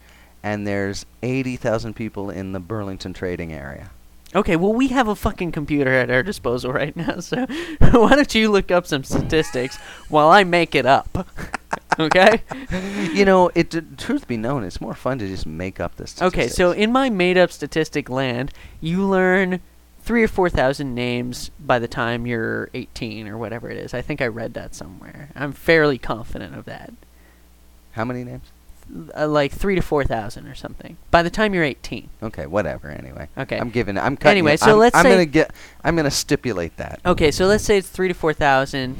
Speaker 1: and there's 80,000 people in the Burlington trading area.
Speaker 2: Okay, well we have a fucking computer at our disposal right now, so why don't you look up some statistics while I make it up? okay.
Speaker 1: You know, it d- truth be known, it's more fun to just make up this.
Speaker 2: Okay, so in my made-up statistic land, you learn three or four thousand names by the time you're 18 or whatever it is. I think I read that somewhere. I'm fairly confident of that.
Speaker 1: how many names?
Speaker 2: uh, like three to four thousand or something by the time you're 18.
Speaker 1: Okay, whatever. Anyway,
Speaker 2: Okay.
Speaker 1: I'm giving. I'm cutting.
Speaker 2: Anyway,
Speaker 1: you-
Speaker 2: so
Speaker 1: I'm,
Speaker 2: let's
Speaker 1: I'm
Speaker 2: say- Oh,
Speaker 1: gonna get. I'm gonna stipulate that.
Speaker 2: Okay, so let's say it's three to four thousand,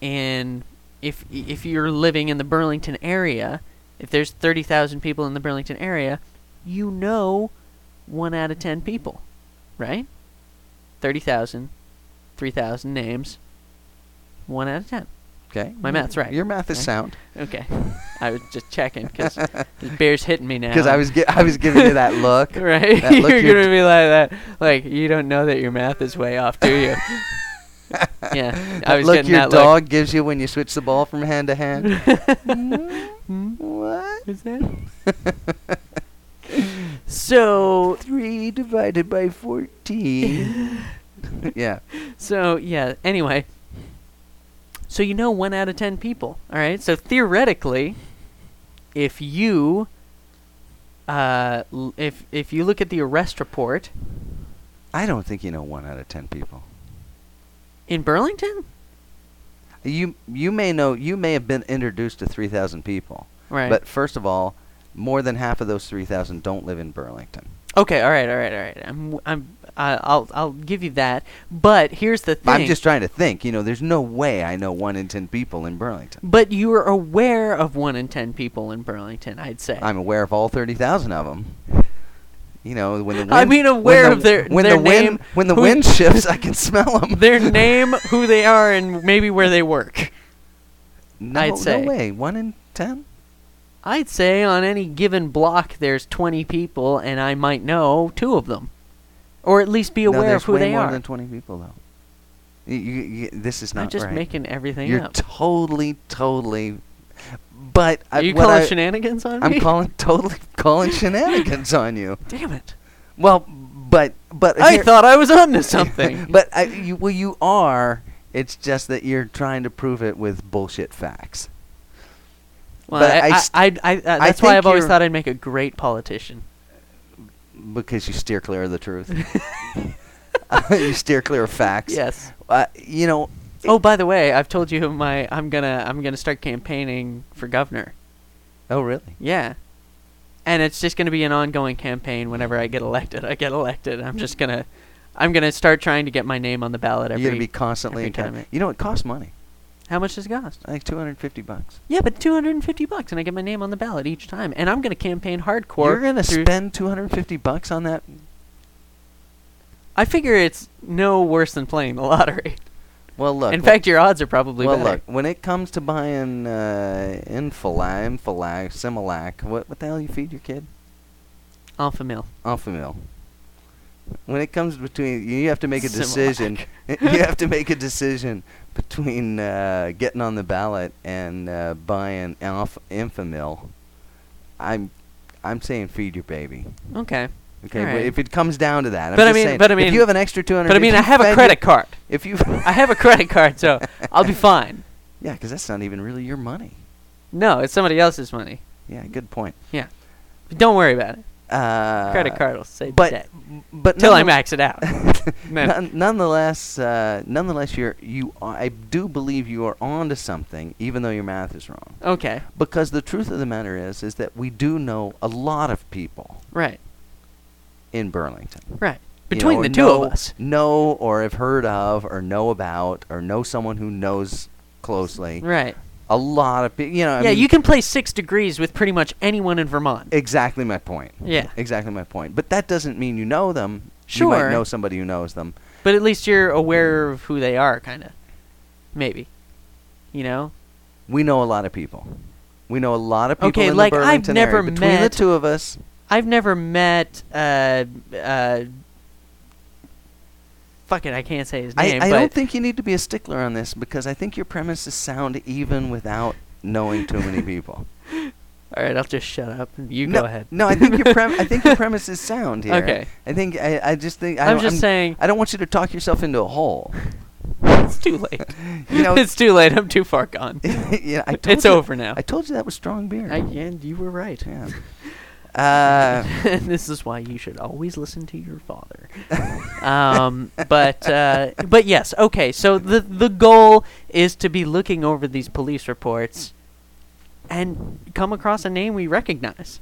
Speaker 2: and if if you're living in the Burlington area, if there's thirty thousand people in the Burlington area, you know, one out of ten people, right? 30,000, 3,000 names, one out of ten.
Speaker 1: Okay,
Speaker 2: My math's right.
Speaker 1: Your math is
Speaker 2: Okay.
Speaker 1: sound
Speaker 2: Okay, I was just checking because this bear's hitting me now.
Speaker 1: because I was gi- I was giving you that look.
Speaker 2: Right?
Speaker 1: That look
Speaker 2: You're
Speaker 1: you're-
Speaker 2: gonna be like that. Like you don't know that your math is way off, do you? yeah, I
Speaker 1: That
Speaker 2: was
Speaker 1: look
Speaker 2: getting
Speaker 1: your
Speaker 2: that look.
Speaker 1: dog gives you when you switch the ball from hand to hand.
Speaker 2: Hmm?
Speaker 1: what?
Speaker 2: Is that? so,
Speaker 1: Three divided by fourteen. yeah.
Speaker 2: so yeah. Anyway, so you know one out of ten people. All right. So theoretically, if you, uh, l- if if you look at the arrest report
Speaker 1: I don't think you know one out of ten people.
Speaker 2: in Burlington,
Speaker 1: You you may know you may have been introduced to three thousand people.
Speaker 2: right?
Speaker 1: But first of all, more than half of those three thousand don't live in Burlington.
Speaker 2: Okay, all right, all right, all right. I'm, I'm, I- I'll, I'll give you that. But here's the thing.
Speaker 1: I'm just trying to think. You know, there's no way I know one in ten people in Burlington.
Speaker 2: But you are aware of one in ten people in Burlington, I'd say.
Speaker 1: I'm aware of all thirty thousand of them. You know, when the wind,
Speaker 2: I mean,
Speaker 1: when
Speaker 2: aware
Speaker 1: the-
Speaker 2: of their-
Speaker 1: when
Speaker 2: their
Speaker 1: the
Speaker 2: name,
Speaker 1: wind when the
Speaker 2: who-
Speaker 1: wind shifts, I can smell them.
Speaker 2: Their name, who they are, and maybe where they work.
Speaker 1: no,
Speaker 2: I'd say.
Speaker 1: Oh, no way. One in ten.
Speaker 2: I'd say on any given block, there's 20 people, and I might know two of them, or at least be
Speaker 1: No,
Speaker 2: aware
Speaker 1: there's
Speaker 2: of who
Speaker 1: way
Speaker 2: they
Speaker 1: more
Speaker 2: are.
Speaker 1: than twenty people though. You, you, you- this is not
Speaker 2: I'm just
Speaker 1: right.
Speaker 2: making everything
Speaker 1: You're
Speaker 2: up.
Speaker 1: totally, totally. But I,
Speaker 2: are you
Speaker 1: what
Speaker 2: calling
Speaker 1: I,
Speaker 2: shenanigans on me?
Speaker 1: I'm calling totally calling shenanigans on you.
Speaker 2: Damn it!
Speaker 1: Well, but but
Speaker 2: I
Speaker 1: here-
Speaker 2: thought I was on to something.
Speaker 1: but I, you, well, you are. It's just that you're trying to prove it with bullshit facts.
Speaker 2: Well,
Speaker 1: But
Speaker 2: I,
Speaker 1: I
Speaker 2: I,
Speaker 1: st-
Speaker 2: I, I, uh, that's why
Speaker 1: think
Speaker 2: I've always
Speaker 1: you're-
Speaker 2: thought I'd make a great politician.
Speaker 1: because you steer clear of the truth. you steer clear of facts.
Speaker 2: Yes.
Speaker 1: Uh, you know.
Speaker 2: Oh, by the way, I've told you my I'm gonna I'm gonna start campaigning for governor.
Speaker 1: Oh, really?
Speaker 2: Yeah. And it's just gonna be an ongoing campaign. Whenever I get elected, I get elected. I'm just gonna I'm gonna start trying to get my name on the ballot every.
Speaker 1: you're gonna be constantly
Speaker 2: every
Speaker 1: in Uh, con-
Speaker 2: time it-
Speaker 1: You know, it costs money.
Speaker 2: How much does it cost?
Speaker 1: Like two hundred fifty bucks.
Speaker 2: Yeah, but 250 bucks, and I get my name on the ballot each time. And I'm gonna campaign hardcore.
Speaker 1: you're gonna
Speaker 2: through-
Speaker 1: spend two hundred fifty bucks on that?
Speaker 2: I figure it's no worse than playing the lottery.
Speaker 1: Well, look.
Speaker 2: In
Speaker 1: wh-
Speaker 2: fact, your odds are probably
Speaker 1: well,
Speaker 2: better.
Speaker 1: look. When it comes to buying uh, Infolac, Infolac, Similac, what what the hell you feed your kid?
Speaker 2: Alpha male.
Speaker 1: Alphamil. When it comes between, you have to make a
Speaker 2: Similac.
Speaker 1: decision. you have to make a decision between uh, getting on the ballot and uh, buying Alpha Infamil. I'm, I'm saying feed your baby.
Speaker 2: Okay.
Speaker 1: Okay,
Speaker 2: Alright.
Speaker 1: if it comes down to that. I'm
Speaker 2: But I
Speaker 1: just
Speaker 2: mean-
Speaker 1: saying,
Speaker 2: but I
Speaker 1: if
Speaker 2: mean-
Speaker 1: you have an extra two hundred.
Speaker 2: But I mean, I have a credit card.
Speaker 1: If you,
Speaker 2: I have a credit card, so I'll be fine.
Speaker 1: yeah, because that's not even really your money.
Speaker 2: No, it's somebody else's money.
Speaker 1: Yeah, good point.
Speaker 2: Yeah, but don't worry about it.
Speaker 1: Uh,
Speaker 2: Credit card will save
Speaker 1: but
Speaker 2: debt
Speaker 1: but
Speaker 2: till I
Speaker 1: nonetheless-
Speaker 2: max it out. Man.
Speaker 1: None, nonetheless, uh, nonetheless, you're you. Are, I do believe you are onto something, even though your math is wrong.
Speaker 2: Okay,
Speaker 1: Because the truth of the matter is, is that we do know a lot of people
Speaker 2: right,
Speaker 1: in Burlington.
Speaker 2: right.
Speaker 1: you
Speaker 2: Between
Speaker 1: know,
Speaker 2: the two
Speaker 1: know-
Speaker 2: of us,
Speaker 1: know or have heard of or know about or know someone who knows closely.
Speaker 2: right?
Speaker 1: A lot of people, you know. I
Speaker 2: yeah,
Speaker 1: mean,
Speaker 2: you can play six degrees with pretty much anyone in Vermont.
Speaker 1: Exactly my point.
Speaker 2: Yeah.
Speaker 1: Exactly my point. But that doesn't mean you know them. You
Speaker 2: Sure.
Speaker 1: might know somebody who knows them.
Speaker 2: But at least you're aware of who they are, kind of. Maybe. You know?
Speaker 1: We know a lot of people. We know a lot of people
Speaker 2: Okay,
Speaker 1: in the
Speaker 2: like, I've
Speaker 1: Burlington
Speaker 2: never
Speaker 1: area. Between
Speaker 2: met-
Speaker 1: the two of us,
Speaker 2: I've never met, uh, uh, fuck it, I can't say his
Speaker 1: I,
Speaker 2: name,
Speaker 1: I
Speaker 2: but.
Speaker 1: don't think you need to be a stickler on this because I think your premises sound even without knowing too many people.
Speaker 2: Alright, I'll just shut up. and You
Speaker 1: no,
Speaker 2: go ahead.
Speaker 1: No, I think your prem- I think your premises sound here.
Speaker 2: Okay.
Speaker 1: I think I, I just think I
Speaker 2: I'm
Speaker 1: don't-
Speaker 2: just saying-
Speaker 1: I don't want you to talk yourself into a hole.
Speaker 2: it's too late.
Speaker 1: You know-
Speaker 2: it's too late. I'm too far gone.
Speaker 1: yeah, I
Speaker 2: It's
Speaker 1: told you-
Speaker 2: over now.
Speaker 1: I told you that was strong beer.
Speaker 2: I, and you were right.
Speaker 1: yeah. Uh,
Speaker 2: and this is why you should always listen to your father. um, but uh, but yes, okay. So the the goal is to be looking over these police reports and come across a name we recognize.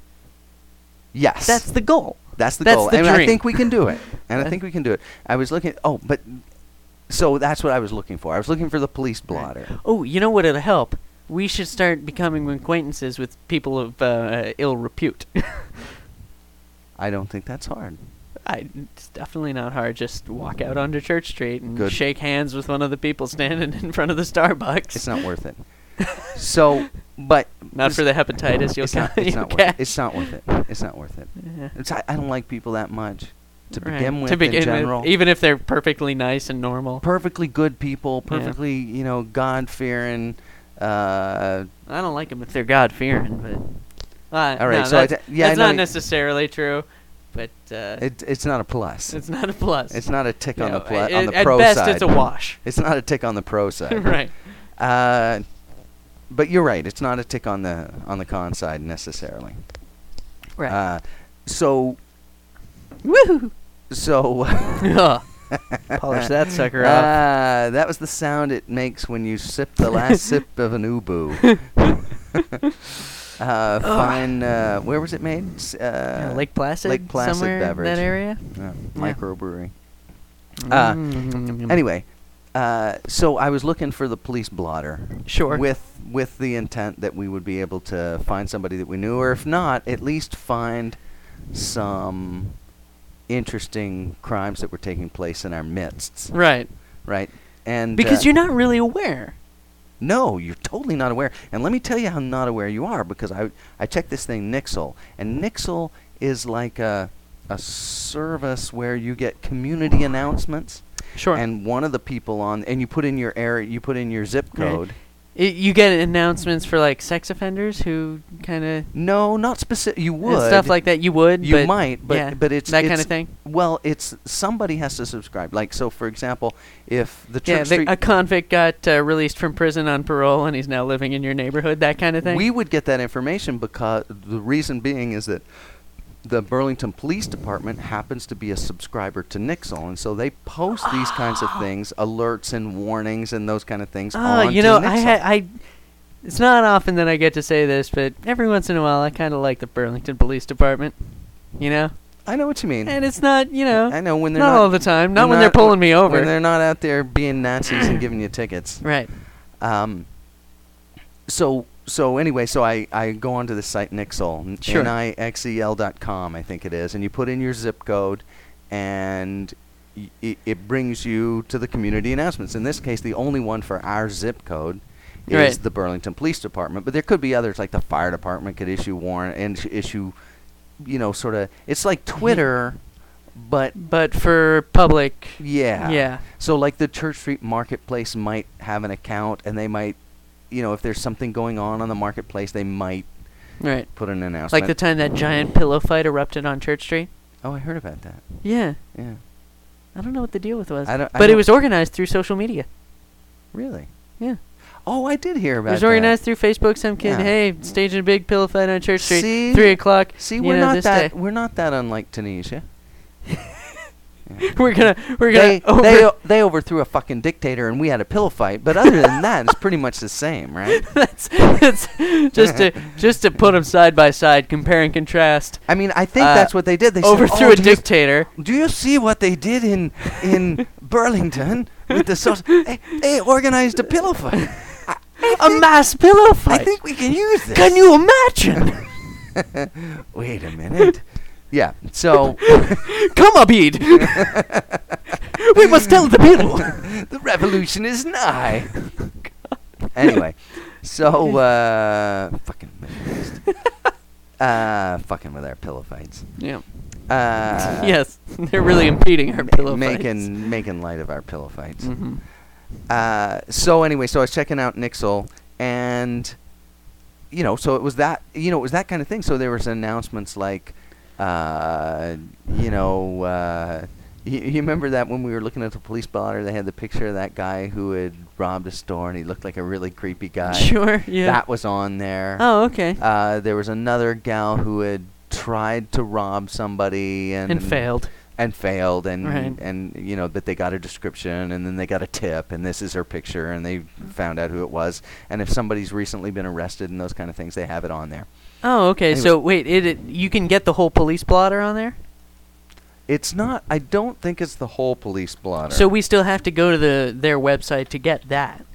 Speaker 1: yes.
Speaker 2: That's the goal.
Speaker 1: That's the
Speaker 2: That's
Speaker 1: goal.
Speaker 2: the
Speaker 1: and I
Speaker 2: dream.
Speaker 1: think we can do it. And I
Speaker 2: Uh,
Speaker 1: think we can do it. I was looking. Oh, but so that's what I was looking for. I was looking for the police blotter.
Speaker 2: Oh, you know what? It'll help. We should start becoming acquaintances with people of uh, ill repute.
Speaker 1: I don't think that's hard.
Speaker 2: I, it's definitely not hard. Just walk out onto Church Street and
Speaker 1: Good.
Speaker 2: shake hands with one of the people standing in front of the Starbucks.
Speaker 1: It's not worth it. so, but
Speaker 2: Not for the hepatitis. You'll
Speaker 1: it's not,
Speaker 2: ca-
Speaker 1: it's,
Speaker 2: you'll
Speaker 1: not worth,
Speaker 2: catch.
Speaker 1: it. it's not worth it. It's not worth it.
Speaker 2: Yeah.
Speaker 1: It's, I, I don't like people that much to
Speaker 2: Right.
Speaker 1: begin with.
Speaker 2: begin
Speaker 1: in
Speaker 2: with,
Speaker 1: general,
Speaker 2: even if they're perfectly nice and normal.
Speaker 1: perfectly good people,
Speaker 2: Yeah.
Speaker 1: perfectly you know God fearing. Uh,
Speaker 2: I don't like them if they're God fearing, but uh,
Speaker 1: All right,
Speaker 2: no,
Speaker 1: so I
Speaker 2: that's,
Speaker 1: d- yeah, I
Speaker 2: that's
Speaker 1: know
Speaker 2: not
Speaker 1: you-
Speaker 2: necessarily true, but uh,
Speaker 1: it, it's not a plus.
Speaker 2: it's not a plus.
Speaker 1: It's not a tick on
Speaker 2: You
Speaker 1: the
Speaker 2: know,
Speaker 1: pla-
Speaker 2: it-
Speaker 1: on the
Speaker 2: at
Speaker 1: pro
Speaker 2: best,
Speaker 1: side.
Speaker 2: it's a wash.
Speaker 1: It's not a tick on the pro side.
Speaker 2: right.
Speaker 1: Uh, but you're right. It's not a tick on the on the con side necessarily.
Speaker 2: Right.
Speaker 1: Uh, so
Speaker 2: Woohoo!
Speaker 1: so.
Speaker 2: Ugh. Polish that sucker off.
Speaker 1: Ah, that was the sound it makes when you sip the last sip of an ubu. uh, fine. Uh, where was it made? S- Uh,
Speaker 2: Yeah, Lake Placid,
Speaker 1: Lake Placid
Speaker 2: somewhere
Speaker 1: beverage.
Speaker 2: in that area.
Speaker 1: Yeah,
Speaker 2: Yeah.
Speaker 1: microbrewery. Uh,
Speaker 2: Mm.
Speaker 1: Anyway, uh, so I was looking for the police blotter.
Speaker 2: Sure.
Speaker 1: With with the intent that we would be able to find somebody that we knew, or if not, at least find some interesting crimes that were taking place in our midst.
Speaker 2: right,
Speaker 1: Right. And
Speaker 2: because
Speaker 1: uh,
Speaker 2: you're not really aware.
Speaker 1: No, you're totally not aware. And let me tell you how not aware you are because I I checked this thing Nixel, and Nixel is like a a service where you get community announcements.
Speaker 2: Sure.
Speaker 1: And one of the people on and you put in your area, you put in your zip
Speaker 2: Right.
Speaker 1: code.
Speaker 2: I- you get announcements for like sex offenders who kind of
Speaker 1: No, not specific. You
Speaker 2: and
Speaker 1: would
Speaker 2: stuff like that. You would.
Speaker 1: You
Speaker 2: but
Speaker 1: might, but
Speaker 2: yeah,
Speaker 1: but it's
Speaker 2: that kind
Speaker 1: it's-
Speaker 2: of thing.
Speaker 1: Well, it's somebody has to subscribe. Like so, for example, if the
Speaker 2: Yeah,
Speaker 1: Church
Speaker 2: the,
Speaker 1: Street,
Speaker 2: a convict got uh, released from prison on parole and he's now living in your neighborhood. That kind of thing.
Speaker 1: We would get that information because the reason being is that the Burlington Police Department happens to be a subscriber to Nixel, and so they post these kinds of things, alerts and warnings and those kind of things.
Speaker 2: oh,
Speaker 1: on
Speaker 2: you know,
Speaker 1: to
Speaker 2: I
Speaker 1: Nixel.
Speaker 2: ha- I. It's not often that I get to say this, but every once in a while, I kind of like the Burlington Police Department. You know,
Speaker 1: I know what you mean.
Speaker 2: and it's not you know.
Speaker 1: I know when they're
Speaker 2: not,
Speaker 1: not,
Speaker 2: all the time. Not
Speaker 1: they're
Speaker 2: when they're pulling me
Speaker 1: When they're
Speaker 2: over.
Speaker 1: not out there being Nazis and giving you tickets.
Speaker 2: Right.
Speaker 1: Um, so so anyway, so I, I go onto the site Nixel, n-
Speaker 2: Sure.
Speaker 1: N-I-X-E-L dot com, I think it is, and you put in your zip code, and y- it, it brings you to the community announcements. In this case, the only one for our zip code is
Speaker 2: Right.
Speaker 1: the Burlington Police Department, but there could be others like the fire department could issue warrant and sh- issue, you know, sort of. It's like Twitter, but
Speaker 2: But for public.
Speaker 1: yeah.
Speaker 2: Yeah.
Speaker 1: So like the Church Street Marketplace might have an account and they might you know if there's something going on on the marketplace they might
Speaker 2: Right.
Speaker 1: put an announcement.
Speaker 2: Like the time that giant pillow fight erupted on Church Street.
Speaker 1: Oh, I heard about that.
Speaker 2: Yeah.
Speaker 1: Yeah.
Speaker 2: I don't know what the deal with was.
Speaker 1: I don't- I
Speaker 2: but it
Speaker 1: don't-
Speaker 2: was organized through social media.
Speaker 1: Really?
Speaker 2: Yeah.
Speaker 1: Oh, I did hear about
Speaker 2: it was
Speaker 1: that.
Speaker 2: organized through Facebook. Some kid,
Speaker 1: Yeah.
Speaker 2: hey, staging a big pillow fight on Church Street,
Speaker 1: See?
Speaker 2: three o'clock.
Speaker 1: See,
Speaker 2: you
Speaker 1: we're
Speaker 2: know,
Speaker 1: not
Speaker 2: this
Speaker 1: that
Speaker 2: day.
Speaker 1: we're not that unlike Tunisia.
Speaker 2: we're gonna we're gonna
Speaker 1: They,
Speaker 2: over-
Speaker 1: they o- they overthrew a fucking dictator and we had a pillow fight, but other than that, it's pretty much the same, right?
Speaker 2: that's, that's just to just to put them side by side, compare and contrast.
Speaker 1: I mean, I think
Speaker 2: Uh,
Speaker 1: that's what they did. They said,
Speaker 2: overthrew
Speaker 1: "Oh,
Speaker 2: a
Speaker 1: do you s-
Speaker 2: dictator.
Speaker 1: Do you see what they did in in Burlington with the social? They, they organized a pillow fight. I, I
Speaker 2: a
Speaker 1: think-
Speaker 2: mass pillow
Speaker 1: I
Speaker 2: fight.
Speaker 1: think we can use this.
Speaker 2: Can you imagine?
Speaker 1: Wait a minute. Yeah. So
Speaker 2: Come, Abid. we must tell the people.
Speaker 1: the revolution is nigh. Anyway, so uh, fucking Middle East. uh, fucking with our pillow fights.
Speaker 2: yeah.
Speaker 1: Uh,
Speaker 2: yes, they're really impeding our pillow
Speaker 1: making making light of our pillow fights.
Speaker 2: hmm
Speaker 1: Uh, so anyway, so I was checking out Nixel, and you know, so it was that you know it was that kind of thing. So there was announcements like, uh, you know, uh, you, you remember that when we were looking at the police blotter, they had the picture of that guy who had robbed a store, and he looked like a really creepy guy.
Speaker 2: Sure. Yeah.
Speaker 1: That was on there.
Speaker 2: oh, okay.
Speaker 1: Uh, there was another gal who had tried to rob somebody and,
Speaker 2: and failed.
Speaker 1: and failed and
Speaker 2: Right.
Speaker 1: and you know but they got a description and then they got a tip and this is her picture and they found out who it was and if somebody's recently been arrested and those kind of things they have it on there
Speaker 2: Oh, okay.
Speaker 1: Anyways.
Speaker 2: So wait, it, it you can get the whole police blotter on there.
Speaker 1: it's not i don't think it's the whole police blotter
Speaker 2: So we still have to go to the their website to get that.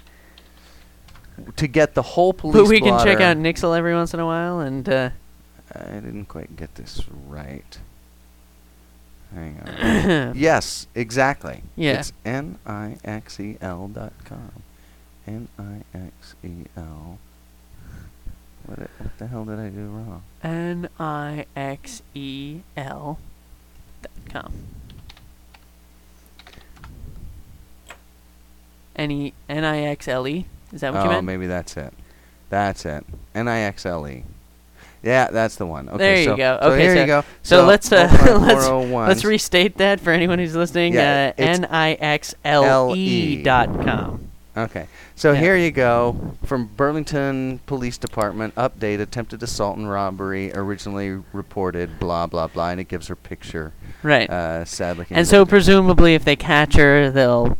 Speaker 1: to get the whole police
Speaker 2: But we can check
Speaker 1: blotter-
Speaker 2: out Nixel every once in a while, and uh,
Speaker 1: i didn't quite get this right hang on yes exactly
Speaker 2: Yeah.
Speaker 1: it's n-i-x-e-l E dot com n-i-x-e-l E what, it- what the hell did i do wrong
Speaker 2: N I X E L dot com. Any N I X L E? Is that what
Speaker 1: oh,
Speaker 2: you meant?
Speaker 1: maybe that's it. That's it. N I X L E. Yeah, that's the one. Okay,
Speaker 2: There you
Speaker 1: so, So
Speaker 2: go.
Speaker 1: oh
Speaker 2: Okay,
Speaker 1: here
Speaker 2: so-
Speaker 1: you go.
Speaker 2: So, let's uh, let's
Speaker 1: 05401.
Speaker 2: let's restate that for anyone who's listening.
Speaker 1: Yeah,
Speaker 2: uh,
Speaker 1: it's
Speaker 2: N I X L E
Speaker 1: LE.
Speaker 2: dot com.
Speaker 1: Okay, so
Speaker 2: Yeah.
Speaker 1: here you go from Burlington Police Department. Update: Attempted assault and robbery originally reported. Blah blah blah, and it gives her picture.
Speaker 2: Right.
Speaker 1: Uh, sad looking.
Speaker 2: and so presumably, if they catch her, they'll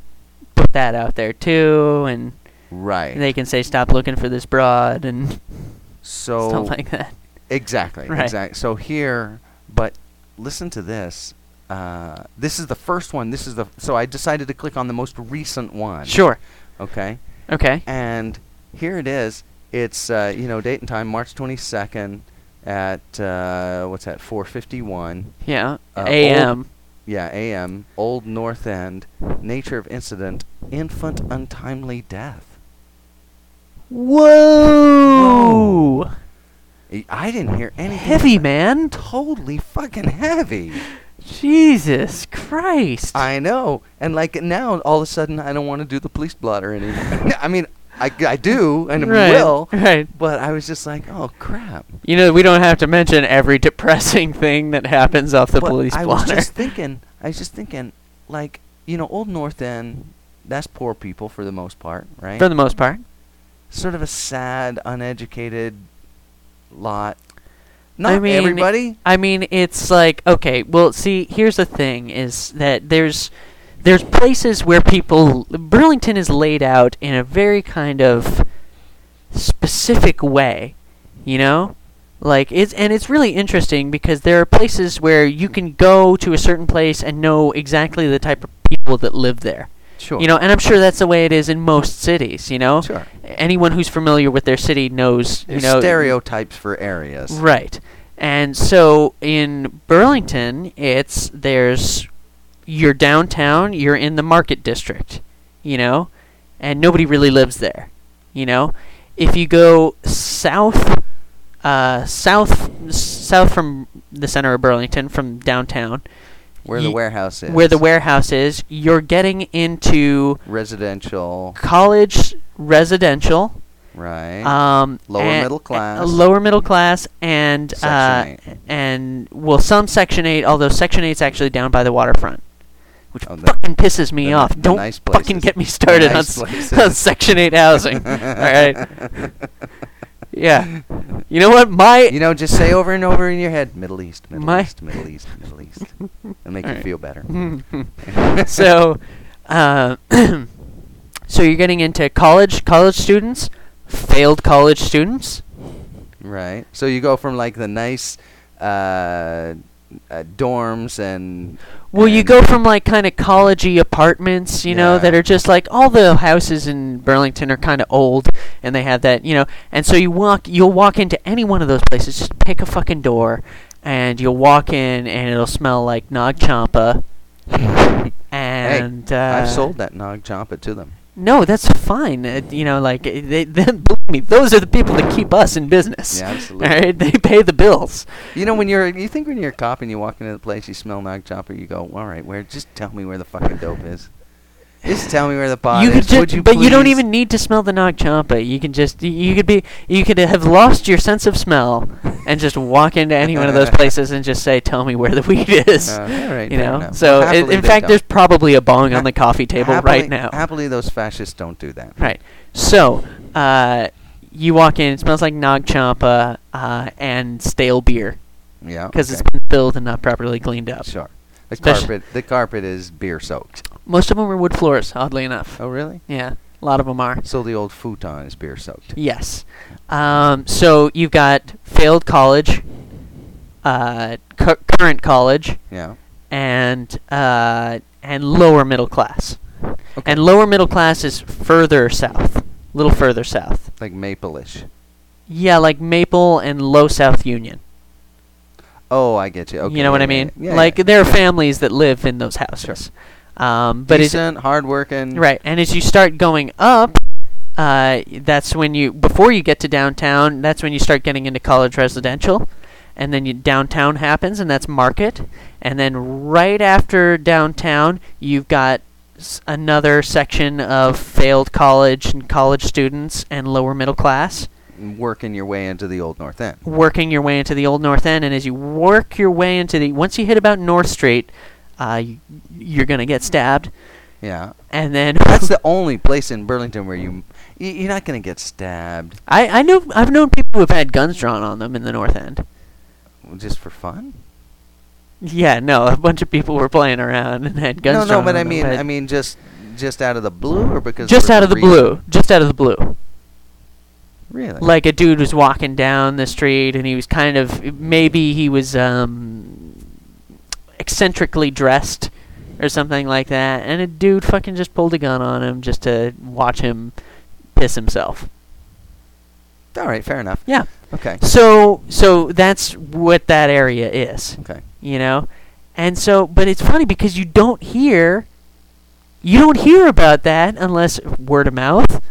Speaker 2: put that out there too, and
Speaker 1: right.
Speaker 2: they can say stop looking for this broad and
Speaker 1: so
Speaker 2: stuff like that.
Speaker 1: Exactly.
Speaker 2: Right.
Speaker 1: Exactly. So here, but listen to this. Uh, this is the first one. This is the so I decided to click on the most recent one.
Speaker 2: Sure.
Speaker 1: Okay.
Speaker 2: Okay.
Speaker 1: And here it is. It's uh, you know date and time March 22nd at uh, what's that 4:51
Speaker 2: Yeah.
Speaker 1: Uh, old-
Speaker 2: A.M.
Speaker 1: yeah a.m. Old North End. Nature of incident: infant untimely death.
Speaker 2: Whoa!
Speaker 1: I- I didn't hear anything.
Speaker 2: Heavy man.
Speaker 1: Totally fucking heavy.
Speaker 2: Jesus Christ.
Speaker 1: I know. And like now, all of a sudden, I don't want to do the police blotter anymore. I mean, I, I do, and
Speaker 2: right,
Speaker 1: will.
Speaker 2: Right.
Speaker 1: But I was just like, oh crap.
Speaker 2: You know, we don't have to mention every depressing thing that happens off the
Speaker 1: But
Speaker 2: police
Speaker 1: I was
Speaker 2: blotter.
Speaker 1: just thinking. I was just thinking, like you know, Old North End. That's poor people for the most part, right?
Speaker 2: For the most part.
Speaker 1: sort of a sad, uneducated lot. Not
Speaker 2: I mean,
Speaker 1: everybody.
Speaker 2: I mean, it's like okay. Well, see, here's the thing: is that there's there's places where people Burlington is laid out in a very kind of specific way, you know. Like it's and it's really interesting because there are places where you can go to a certain place and know exactly the type of people that live there.
Speaker 1: Sure.
Speaker 2: You know, and I'm sure that's the way it is in most cities. You know,
Speaker 1: Sure.
Speaker 2: anyone who's familiar with their city knows.
Speaker 1: There's
Speaker 2: you know,
Speaker 1: stereotypes for areas.
Speaker 2: Right. And so in Burlington, it's there's you're downtown, you're in the market district, you know, and nobody really lives there, you know. If you go south, uh, south, south from the center of Burlington, from downtown,
Speaker 1: Where the
Speaker 2: Ye-
Speaker 1: warehouse is.
Speaker 2: where the warehouse is, you're getting into
Speaker 1: residential.
Speaker 2: college residential
Speaker 1: Right.
Speaker 2: um,
Speaker 1: Lower
Speaker 2: and-
Speaker 1: middle class.
Speaker 2: a lower middle class, and uh,
Speaker 1: Section
Speaker 2: and well, some Section Eight. Although Section Eight's actually down by the waterfront, which
Speaker 1: Oh, the-
Speaker 2: fucking pisses me
Speaker 1: the ni-
Speaker 2: off.
Speaker 1: the
Speaker 2: Don't
Speaker 1: nice
Speaker 2: fucking
Speaker 1: places.
Speaker 2: get me started on,
Speaker 1: Nice
Speaker 2: s-
Speaker 1: places.
Speaker 2: on Section Eight housing. All right. Yeah. You know what? My
Speaker 1: You know, just say over and over in your head, Middle East, Middle
Speaker 2: My-
Speaker 1: East, Middle East, Middle East. It'll make you
Speaker 2: Alright.
Speaker 1: feel better.
Speaker 2: so, uh, so you're getting into college college students, failed college students.
Speaker 1: Right. So you go from like the nice uh, uh, dorms and.
Speaker 2: Well, you
Speaker 1: and-
Speaker 2: go from like kind of collegey apartments, you know,
Speaker 1: Yeah.
Speaker 2: that are just like all the houses in Burlington are kind of old, and they have that, you know, and so you walk, you'll walk into any one of those places, just pick a fucking door, and you'll walk in, and it'll smell like Nag Champa, and uh,
Speaker 1: I've sold that Nag Champa to them.
Speaker 2: No, that's fine. Uh, you know, like uh, they, they believe me, those are the people that keep us in business.
Speaker 1: Yeah, absolutely.
Speaker 2: All right, they pay the bills.
Speaker 1: You know, when you're, you think when you're a cop and you walk into the place, you smell Nag Champa, you go, all right, where? Just tell me where the fucking dope is. Just tell me where the pot
Speaker 2: you
Speaker 1: is.
Speaker 2: could just,
Speaker 1: would you
Speaker 2: but you don't
Speaker 1: please?"
Speaker 2: even need to smell the Nag Champa. You can just, y- you could be, you could have lost your sense of smell, and just walk into any one of those places and just say, "Tell me where the weed is."
Speaker 1: Uh, all right,
Speaker 2: you
Speaker 1: fair
Speaker 2: know.
Speaker 1: enough.
Speaker 2: So i-
Speaker 1: Happily
Speaker 2: in
Speaker 1: they
Speaker 2: fact,
Speaker 1: don't.
Speaker 2: there's probably a bong on
Speaker 1: Ha-
Speaker 2: the coffee table
Speaker 1: Happily-
Speaker 2: right now.
Speaker 1: Happily, those fascists don't do that.
Speaker 2: Right. So, uh, you walk in, it smells like Nag Champa uh, and stale beer.
Speaker 1: Yeah.
Speaker 2: because
Speaker 1: okay.
Speaker 2: it's been filled and not properly cleaned up.
Speaker 1: Sure. The
Speaker 2: Especi-
Speaker 1: carpet, the carpet is beer soaked.
Speaker 2: Most of them are wood floors, oddly enough.
Speaker 1: Oh, really?
Speaker 2: Yeah, a lot of them are.
Speaker 1: So the old futon is beer soaked.
Speaker 2: Yes. Um, so you've got failed college, uh, cu- current college,
Speaker 1: Yeah.
Speaker 2: and uh, and lower middle class.
Speaker 1: Okay.
Speaker 2: And lower middle class is further south, a little further south.
Speaker 1: Like maple-ish.
Speaker 2: Yeah, like Maple and Low South Union.
Speaker 1: Oh, I get you. Okay.
Speaker 2: you know what
Speaker 1: yeah,
Speaker 2: I mean?
Speaker 1: Yeah, yeah,
Speaker 2: like
Speaker 1: yeah.
Speaker 2: there are families that live in those houses. Um, but it's
Speaker 1: decent, hardworking.
Speaker 2: Right, and as you start going up, uh, that's when you before you get to downtown. That's when you start getting into college residential, and then you, downtown happens, and that's market, and then right after downtown, you've got s- another section of failed college and college students and lower middle class
Speaker 1: and Working your way into the old North End.
Speaker 2: working your way into the old north end and as you work your way into the once you hit about north street uh, y- you're going to get stabbed
Speaker 1: Yeah.
Speaker 2: and then
Speaker 1: That's the only place in Burlington where you y- you're not gonna get stabbed
Speaker 2: I, I know I've known people who have had guns drawn on them in the North End.
Speaker 1: just for fun.
Speaker 2: Yeah, no, a bunch of people were playing around and had guns.
Speaker 1: no, no,
Speaker 2: drawn
Speaker 1: but
Speaker 2: on
Speaker 1: I
Speaker 2: them,
Speaker 1: mean,
Speaker 2: but
Speaker 1: I mean, just just out of the blue, or because
Speaker 2: just
Speaker 1: there
Speaker 2: out
Speaker 1: was
Speaker 2: of
Speaker 1: a
Speaker 2: the
Speaker 1: reason?
Speaker 2: blue, just out of the blue.
Speaker 1: Really?
Speaker 2: Like a dude was walking down the street and he was kind of maybe he was um, eccentrically dressed or something like that, and a dude fucking just pulled a gun on him just to watch him piss himself.
Speaker 1: all right, fair enough.
Speaker 2: Yeah.
Speaker 1: Okay.
Speaker 2: So so that's what that area is.
Speaker 1: Okay.
Speaker 2: you know and so but it's funny because you don't hear you don't hear about that unless word of mouth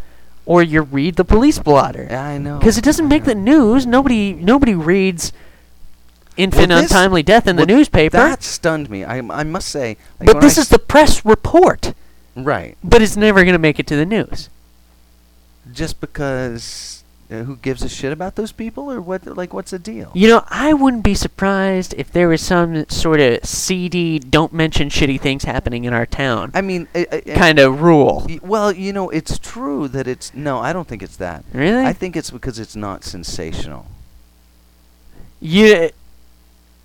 Speaker 2: or you read the police blotter
Speaker 1: Yeah, I know.
Speaker 2: because it doesn't make the news nobody nobody reads infant
Speaker 1: this-
Speaker 2: untimely death in
Speaker 1: well,
Speaker 2: the newspaper
Speaker 1: That stunned me. I I must say. like,
Speaker 2: but
Speaker 1: when
Speaker 2: this
Speaker 1: I
Speaker 2: is the press report
Speaker 1: Right.
Speaker 2: but it's never going to make it to the news
Speaker 1: Just because uh, who gives a shit about those people or what like what's the deal?
Speaker 2: you know i wouldn't be surprised if there was some sort of cd don't mention shitty things happening in our town
Speaker 1: I mean, I, I, I-
Speaker 2: kind of rule
Speaker 1: y- well, you know, it's true that it's no, I don't think it's that.
Speaker 2: really
Speaker 1: I think it's because it's not sensational.
Speaker 2: you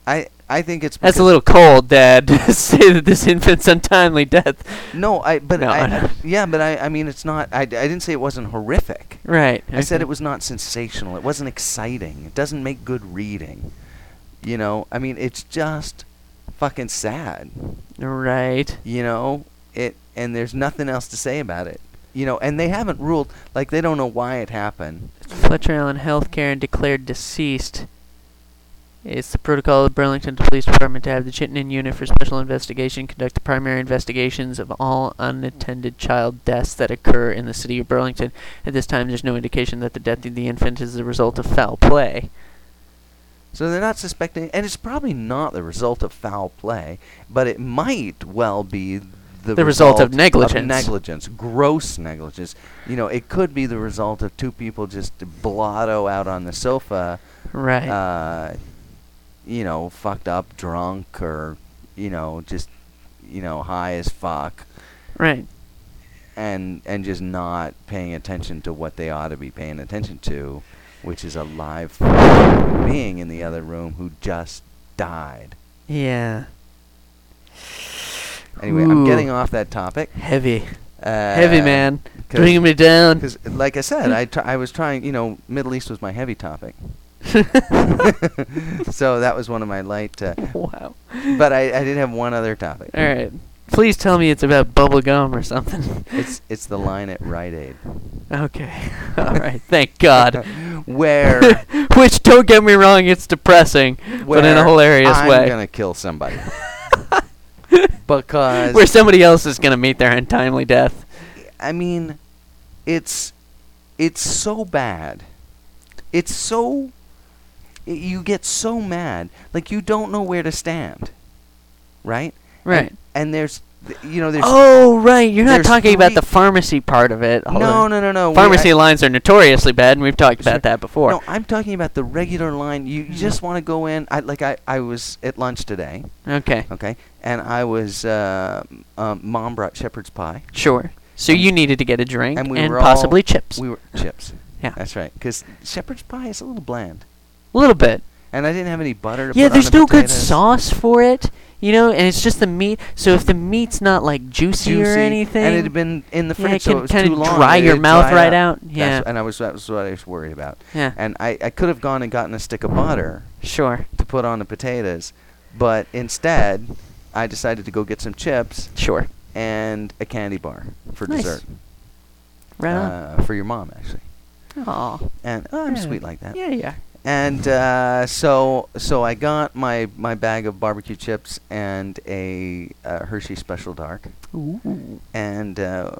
Speaker 1: I I think it's
Speaker 2: That's a
Speaker 1: because-
Speaker 2: little cold, Dad, to say that this infant's untimely death.
Speaker 1: No, I but
Speaker 2: No,
Speaker 1: I,
Speaker 2: no.
Speaker 1: I- yeah, but I I mean it's not I, I didn't say it wasn't horrific.
Speaker 2: Right.
Speaker 1: I said
Speaker 2: okay.
Speaker 1: it was not sensational. It wasn't exciting. It doesn't make good reading. You know, I mean it's just fucking sad.
Speaker 2: Right.
Speaker 1: you know it and there's nothing else to say about it you know and they haven't ruled like they don't know why it happened
Speaker 2: Fletcher Allen Healthcare and declared deceased. It's the protocol of Burlington Police Department to have the Chittenden Unit for Special Investigation conduct the primary investigations of all unattended child deaths that occur in the city of Burlington. At this time, there's no indication that the death of the infant is the result of foul play.
Speaker 1: so they're not suspecting and it's probably not the result of foul play but it might well be the,
Speaker 2: The result of negligence.
Speaker 1: negligence, gross negligence. You know, it could be the result of two people just blotto out on the sofa,
Speaker 2: Right.
Speaker 1: uh, you know, fucked up, drunk, or you know, just you know, high as fuck,
Speaker 2: right.
Speaker 1: and and just not paying attention to what they ought to be paying attention to, which is a live human being in the other room who just died.
Speaker 2: Yeah.
Speaker 1: Anyway, I'm
Speaker 2: Ooh.
Speaker 1: getting off that topic.
Speaker 2: Heavy.
Speaker 1: Uh,
Speaker 2: Heavy man.
Speaker 1: 'cause-
Speaker 2: Bringing me down.
Speaker 1: Because, like I said, I, tr- I was trying, you know, Middle East was my heavy topic. so that was one of my light. Uh,
Speaker 2: wow.
Speaker 1: but I, I did have one other topic.
Speaker 2: All right. Please tell me it's about bubble gum or something.
Speaker 1: It's, it's the line at Rite Aid.
Speaker 2: okay. All right. Thank God.
Speaker 1: Where.
Speaker 2: Which don't get me wrong, it's depressing, but in a
Speaker 1: where
Speaker 2: hilarious
Speaker 1: I'm
Speaker 2: way.
Speaker 1: going to kill somebody. because.
Speaker 2: Where somebody else is gonna meet their untimely death.
Speaker 1: I mean, it's it's so bad. It's so y- you get so mad, like you don't know where to stand, right? And-
Speaker 2: Right.
Speaker 1: And, there's, th- you know, there's
Speaker 2: oh right, you're not
Speaker 1: there's
Speaker 2: talking about
Speaker 1: three-
Speaker 2: the pharmacy part of it. Hold
Speaker 1: no,
Speaker 2: on.
Speaker 1: no, no, no. we-
Speaker 2: Pharmacy
Speaker 1: I-
Speaker 2: lines are notoriously bad, and we've talked
Speaker 1: Sure.
Speaker 2: about that before.
Speaker 1: No, I'm talking about the regular line. You, you
Speaker 2: Mm-hmm.
Speaker 1: just want to go in. I like I, I was at lunch today,
Speaker 2: Okay,
Speaker 1: okay, and I was uh, m- um, mom brought shepherd's pie.
Speaker 2: sure. So you needed to get a drink
Speaker 1: and
Speaker 2: and,
Speaker 1: we were
Speaker 2: possibly
Speaker 1: all-
Speaker 2: chips.
Speaker 1: We were chips.
Speaker 2: Yeah.
Speaker 1: that's right. Because shepherd's pie is a little bland.
Speaker 2: a little bit.
Speaker 1: And I didn't have any butter. To
Speaker 2: Yeah,
Speaker 1: put on
Speaker 2: there's
Speaker 1: the
Speaker 2: no good
Speaker 1: potatoes.
Speaker 2: sauce for it, you know, and it's just the meat. So if the meat's not like juicy, or anything,
Speaker 1: and it had been in the
Speaker 2: Yeah,
Speaker 1: fridge,
Speaker 2: it
Speaker 1: so
Speaker 2: can
Speaker 1: it was
Speaker 2: kinda
Speaker 1: too long.
Speaker 2: dry
Speaker 1: it
Speaker 2: your
Speaker 1: had
Speaker 2: mouth
Speaker 1: dried
Speaker 2: right out.
Speaker 1: That's-
Speaker 2: Yeah.
Speaker 1: and I was that's what I was worried about.
Speaker 2: yeah,
Speaker 1: And I, I could have gone and gotten a stick of butter
Speaker 2: sure,
Speaker 1: to put on the potatoes, but instead, I decided to go get some chips
Speaker 2: sure,
Speaker 1: and a candy bar for
Speaker 2: Nice.
Speaker 1: dessert
Speaker 2: right
Speaker 1: uh, for your mom actually.
Speaker 2: on. Aw.
Speaker 1: And oh, I'm
Speaker 2: Yeah.
Speaker 1: sweet like that.
Speaker 2: Yeah, yeah.
Speaker 1: And uh, so so I got my my bag of barbecue chips and a uh, Hershey Special Dark.
Speaker 2: Ooh.
Speaker 1: and uh,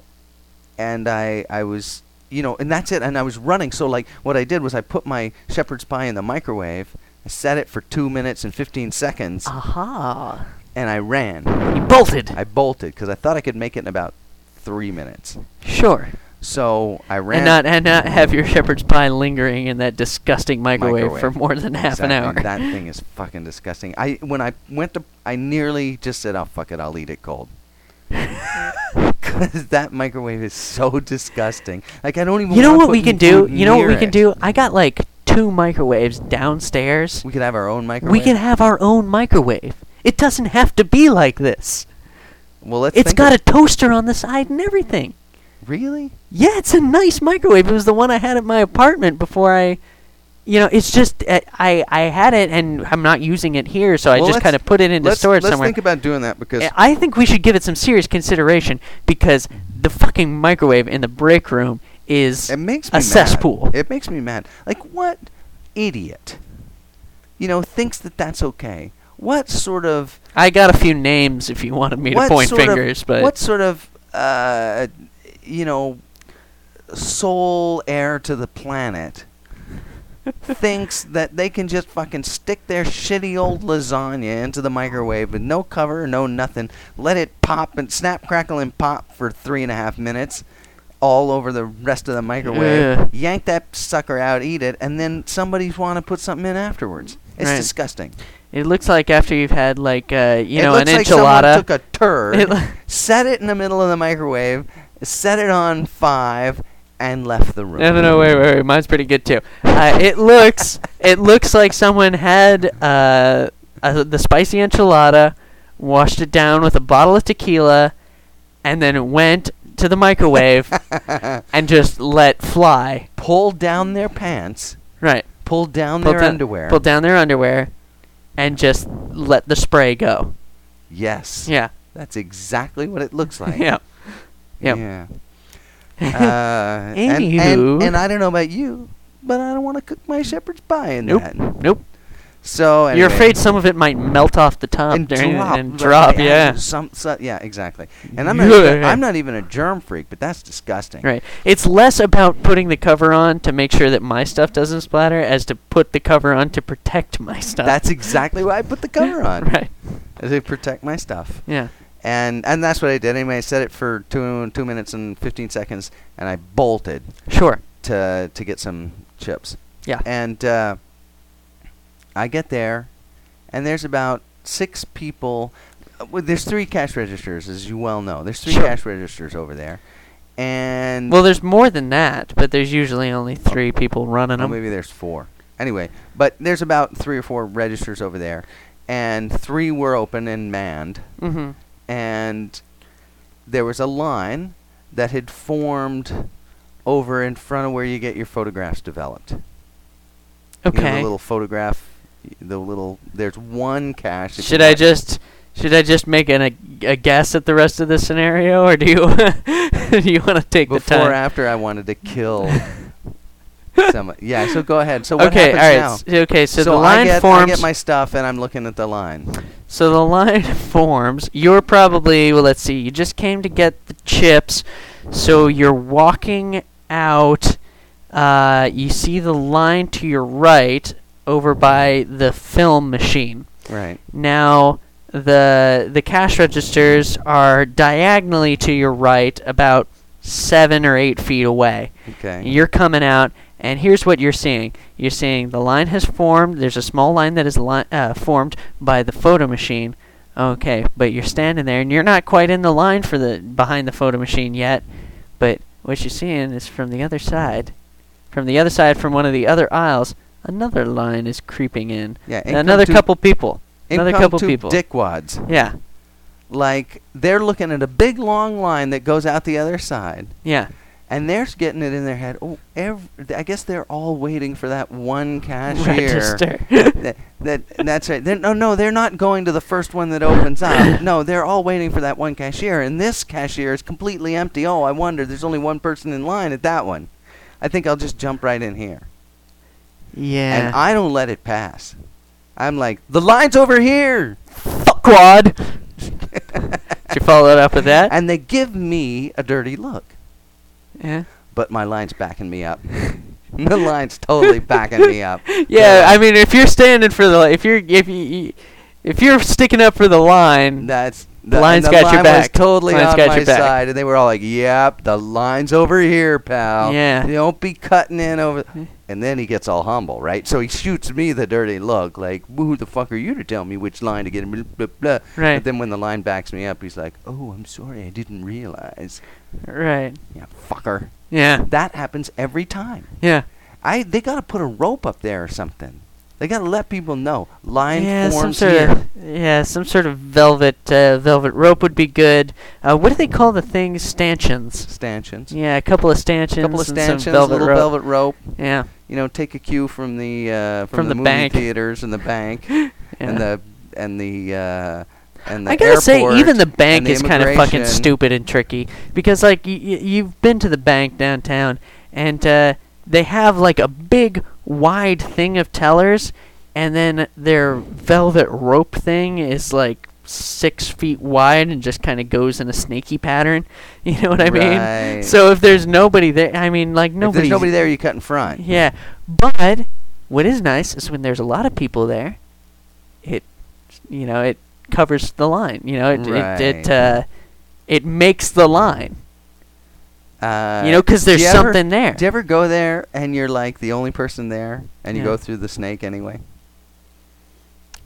Speaker 1: and I I was you know and that's it and I was running so like what I did was I put my shepherd's pie in the microwave I set it for 2 minutes and 15 seconds
Speaker 2: Ah. Aha.
Speaker 1: and I ran
Speaker 2: He bolted.
Speaker 1: I bolted cuz I thought I could make it in about 3 minutes
Speaker 2: sure.
Speaker 1: so I ran
Speaker 2: And not and not have your shepherd's pie lingering in that disgusting microwave, for
Speaker 1: Microwave.
Speaker 2: more than half
Speaker 1: Exactly,
Speaker 2: an hour.
Speaker 1: that thing is fucking disgusting I when I went to I nearly just said oh fuck it I'll eat it cold cuz that microwave is so disgusting like I don't even
Speaker 2: you know
Speaker 1: wanna
Speaker 2: what
Speaker 1: put
Speaker 2: we
Speaker 1: n-
Speaker 2: can do?
Speaker 1: food
Speaker 2: You know what we
Speaker 1: near
Speaker 2: can
Speaker 1: it.
Speaker 2: do? I got like two microwaves downstairs.
Speaker 1: We could have our own microwave.
Speaker 2: We can have our own microwave. It doesn't have to be like this.
Speaker 1: Well, let's.
Speaker 2: it's
Speaker 1: think
Speaker 2: got
Speaker 1: of-
Speaker 2: a toaster on the side and everything.
Speaker 1: Really?
Speaker 2: Yeah, it's a nice microwave. It was the one I had at my apartment before I, you know, it's just uh, I I had it and I'm not using it here, so I
Speaker 1: Well,
Speaker 2: just
Speaker 1: let's-
Speaker 2: kind of put it into
Speaker 1: let's,
Speaker 2: storage
Speaker 1: let's
Speaker 2: somewhere.
Speaker 1: think about doing that because
Speaker 2: Uh, I think we should give it some serious consideration because the fucking microwave in the break room is
Speaker 1: it makes me
Speaker 2: a
Speaker 1: mad.
Speaker 2: cesspool.
Speaker 1: It makes me mad. Like what idiot? You know, thinks that that's okay. What sort of
Speaker 2: I got a few names if you wanted me
Speaker 1: what
Speaker 2: to point
Speaker 1: sort of-
Speaker 2: fingers, but
Speaker 1: what sort of uh, you know sole heir to the planet thinks that they can just fucking stick their shitty old lasagna into the microwave with no cover, no nothing, let it pop and snap, crackle, and pop for three and a half minutes all over the rest of the microwave,
Speaker 2: Ugh.
Speaker 1: yank that sucker out, eat it, and then somebody's want to put something in afterwards. It's
Speaker 2: Right.
Speaker 1: disgusting.
Speaker 2: it looks like after you've had like uh, you
Speaker 1: It
Speaker 2: know an
Speaker 1: looks like someone
Speaker 2: enchilada.
Speaker 1: took a turd,
Speaker 2: It lo-
Speaker 1: set it in the middle of the microwave, set it on five, and left the room.
Speaker 2: No, no, no, wait, wait, wait. Mine's pretty good too. Uh, it looks, it looks like someone had uh, a, the spicy enchilada, washed it down with a bottle of tequila, and then went to the microwave and just let fly.
Speaker 1: Pulled down their pants,
Speaker 2: Right.
Speaker 1: pulled down
Speaker 2: Pulled
Speaker 1: their
Speaker 2: down-
Speaker 1: underwear.
Speaker 2: Pulled down their underwear, and just let the spray go.
Speaker 1: Yes.
Speaker 2: Yeah.
Speaker 1: That's exactly what it looks like.
Speaker 2: Yeah. Yeah.
Speaker 1: Yeah. Uh, and,
Speaker 2: Anywho.
Speaker 1: and, and I don't know about you, but I don't want to cook my shepherd's pie in
Speaker 2: Nope.
Speaker 1: that.
Speaker 2: Nope.
Speaker 1: So anyway,
Speaker 2: You're afraid some of it might melt off the top
Speaker 1: and
Speaker 2: during
Speaker 1: drop,
Speaker 2: and
Speaker 1: like,
Speaker 2: drop.
Speaker 1: the
Speaker 2: Yeah.
Speaker 1: actual Some, so- yeah, exactly. And I'm not, even,
Speaker 2: Yeah.
Speaker 1: I'm not even a germ freak, but that's disgusting.
Speaker 2: Right. It's less about putting the cover on to make sure that my stuff doesn't splatter as to put the cover on to protect my stuff.
Speaker 1: That's exactly why I put the cover on.
Speaker 2: right.
Speaker 1: To protect my stuff.
Speaker 2: Yeah.
Speaker 1: and and that's what I did. Anyway, I said it for two two minutes and fifteen seconds, and I bolted
Speaker 2: Sure.
Speaker 1: to to get some chips.
Speaker 2: Yeah.
Speaker 1: And uh, I get there, and there's about six people. uh, Well, there's three cash registers, as you well know. There's three
Speaker 2: Sure.
Speaker 1: cash registers over there, and
Speaker 2: Well, there's more than that, but there's usually only three people running
Speaker 1: Well,
Speaker 2: them.
Speaker 1: maybe there's four. Anyway, but there's about three or four registers over there, and three were open and manned,
Speaker 2: Mm-hmm.
Speaker 1: and there was a line that had formed over in front of where you get your photographs developed. You know,
Speaker 2: Okay.
Speaker 1: the little photograph, the little. There's one cache. if you
Speaker 2: should I
Speaker 1: like.
Speaker 2: just should I just make an, a, a guess at the rest of the scenario, or do you do you want to take
Speaker 1: before
Speaker 2: the time?
Speaker 1: or after I wanted to kill? some, yeah. So go ahead. So what
Speaker 2: okay. All
Speaker 1: happens
Speaker 2: right.
Speaker 1: now?
Speaker 2: s- Okay. So, the
Speaker 1: I
Speaker 2: line
Speaker 1: get- I
Speaker 2: forms.
Speaker 1: get my stuff, and I'm looking at the line.
Speaker 2: So the line forms. You're probably well, let's see. You just came to get the chips, so you're walking out. Uh, you see the line to your right over by the film machine.
Speaker 1: Right.
Speaker 2: Now the the cash registers are diagonally to your right, about seven or eight feet away.
Speaker 1: Okay.
Speaker 2: You're coming out, and here's what you're seeing. You're seeing the line has formed. There's a small line that is li- uh, formed by the photo machine. Okay, but you're standing there, and you're not quite in the line for the behind the photo machine yet. But what you're seeing is from the other side, from the other side, from one of the other aisles, another line is creeping in.
Speaker 1: Yeah,
Speaker 2: And another
Speaker 1: income to-
Speaker 2: couple people.
Speaker 1: In
Speaker 2: Another
Speaker 1: come
Speaker 2: couple
Speaker 1: to
Speaker 2: people.
Speaker 1: Dickwads.
Speaker 2: Yeah,
Speaker 1: Like they're looking at a big long line that goes out the other side,
Speaker 2: yeah.
Speaker 1: and they're s- getting it in their head. Oh, ev I guess they're all waiting for that one cashier.
Speaker 2: Register.
Speaker 1: that, that that's right. They're, no, no, they're not going to the first one that opens up. No, they're all waiting for that one cashier, and this cashier is completely empty. Oh, I wonder. There's only one person in line at that one. I think I'll just jump right in here.
Speaker 2: yeah.
Speaker 1: And I don't let it pass. I'm like, the line's over here.
Speaker 2: fuckwad. Did you follow it up with that?
Speaker 1: And they give me a dirty look.
Speaker 2: yeah.
Speaker 1: But my line's backing me up. the line's totally backing me up.
Speaker 2: Yeah, I mean, if you're standing for the, if you're, if you, if you're sticking up for the line,
Speaker 1: That's
Speaker 2: The
Speaker 1: and
Speaker 2: line's
Speaker 1: the
Speaker 2: got your
Speaker 1: line
Speaker 2: back.
Speaker 1: Was totally
Speaker 2: Line's
Speaker 1: on
Speaker 2: got
Speaker 1: my
Speaker 2: your back.
Speaker 1: side, and they were all like, "Yep, the line's over here, pal.
Speaker 2: Yeah.
Speaker 1: You don't be cutting in over."
Speaker 2: Mm.
Speaker 1: And then he gets all humble, right? So he shoots me the dirty look, like, "Who the fuck are you to tell me which line to get?" in?" Blah, blah, blah.
Speaker 2: Right.
Speaker 1: But then when the line backs me up, he's like, "Oh, I'm sorry, I didn't realize."
Speaker 2: right?
Speaker 1: Yeah, fucker.
Speaker 2: Yeah,
Speaker 1: That happens every time.
Speaker 2: yeah.
Speaker 1: I they gotta put a rope up there or something. They gotta let people know line
Speaker 2: yeah, some
Speaker 1: forms
Speaker 2: sort
Speaker 1: here.
Speaker 2: of yeah, some sort of velvet uh, velvet rope would be good. Uh, what do they call the things? Stanchions.
Speaker 1: Stanchions.
Speaker 2: Yeah, a couple of stanchions.
Speaker 1: couple of
Speaker 2: and
Speaker 1: stanchions,
Speaker 2: some velvet
Speaker 1: little
Speaker 2: rope.
Speaker 1: velvet rope.
Speaker 2: Yeah,
Speaker 1: You know, take a cue from the uh, from,
Speaker 2: From
Speaker 1: the,
Speaker 2: the
Speaker 1: movie
Speaker 2: bank.
Speaker 1: theaters and the bank
Speaker 2: yeah.
Speaker 1: and the and the uh, and the
Speaker 2: I gotta say, even the
Speaker 1: airport
Speaker 2: bank
Speaker 1: and the
Speaker 2: is kind of fucking
Speaker 1: immigration.
Speaker 2: stupid and tricky because, like, y- y- you've been to the bank downtown, and uh, they have like a big, wide thing of tellers, and then their velvet rope thing is like six feet wide and just kind of goes in a snaky pattern. You know what I mean?
Speaker 1: Right.
Speaker 2: So if there's nobody there, I mean, like
Speaker 1: If there's
Speaker 2: nobody.
Speaker 1: nobody there, you cut in front.
Speaker 2: Yeah, but what is nice is when there's a lot of people there, it, you know, it covers the line. You know, it it it,
Speaker 1: Right.
Speaker 2: uh, it makes the line.
Speaker 1: Uh,
Speaker 2: You know, 'cause
Speaker 1: do
Speaker 2: there's
Speaker 1: you ever-
Speaker 2: something there.
Speaker 1: Do you ever go there and you're like the only person there, and you
Speaker 2: Yeah.
Speaker 1: go through the snake anyway?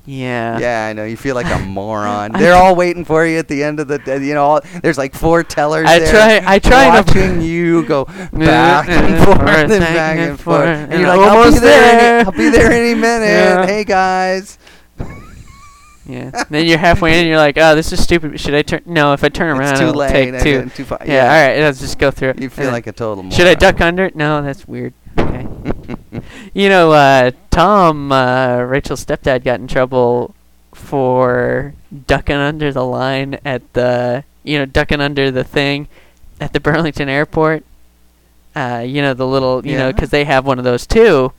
Speaker 2: Yeah.
Speaker 1: Yeah, I know. You feel like a moron.
Speaker 2: I
Speaker 1: They're
Speaker 2: tr-
Speaker 1: all waiting for you at the end of the day. You know, all, there's like four tellers
Speaker 2: I
Speaker 1: there
Speaker 2: try- I try to-
Speaker 1: watching you go back and forth and back and forth. And you're like, I'll be
Speaker 2: Almost
Speaker 1: there.
Speaker 2: there."
Speaker 1: Any, I'll be there any minute.
Speaker 2: Yeah.
Speaker 1: Hey guys.
Speaker 2: Yeah. then you're halfway in, and you're like, oh, this is stupid. Should I turn? No, if I turn around,
Speaker 1: it's too
Speaker 2: it'll
Speaker 1: late. I
Speaker 2: take two.
Speaker 1: didn't- too far.
Speaker 2: yeah, All right. Let's just go through it.
Speaker 1: You
Speaker 2: and
Speaker 1: feel
Speaker 2: then-
Speaker 1: like a total. Moron.
Speaker 2: Should I duck under? No, that's weird. Okay. You know, uh, Tom, uh, Rachel's stepdad, got in trouble for ducking under the line at the, you know, ducking under the thing at the Burlington airport. Uh, you know, the little, you know, 'cause know,
Speaker 1: Yeah.
Speaker 2: because they have one of those too.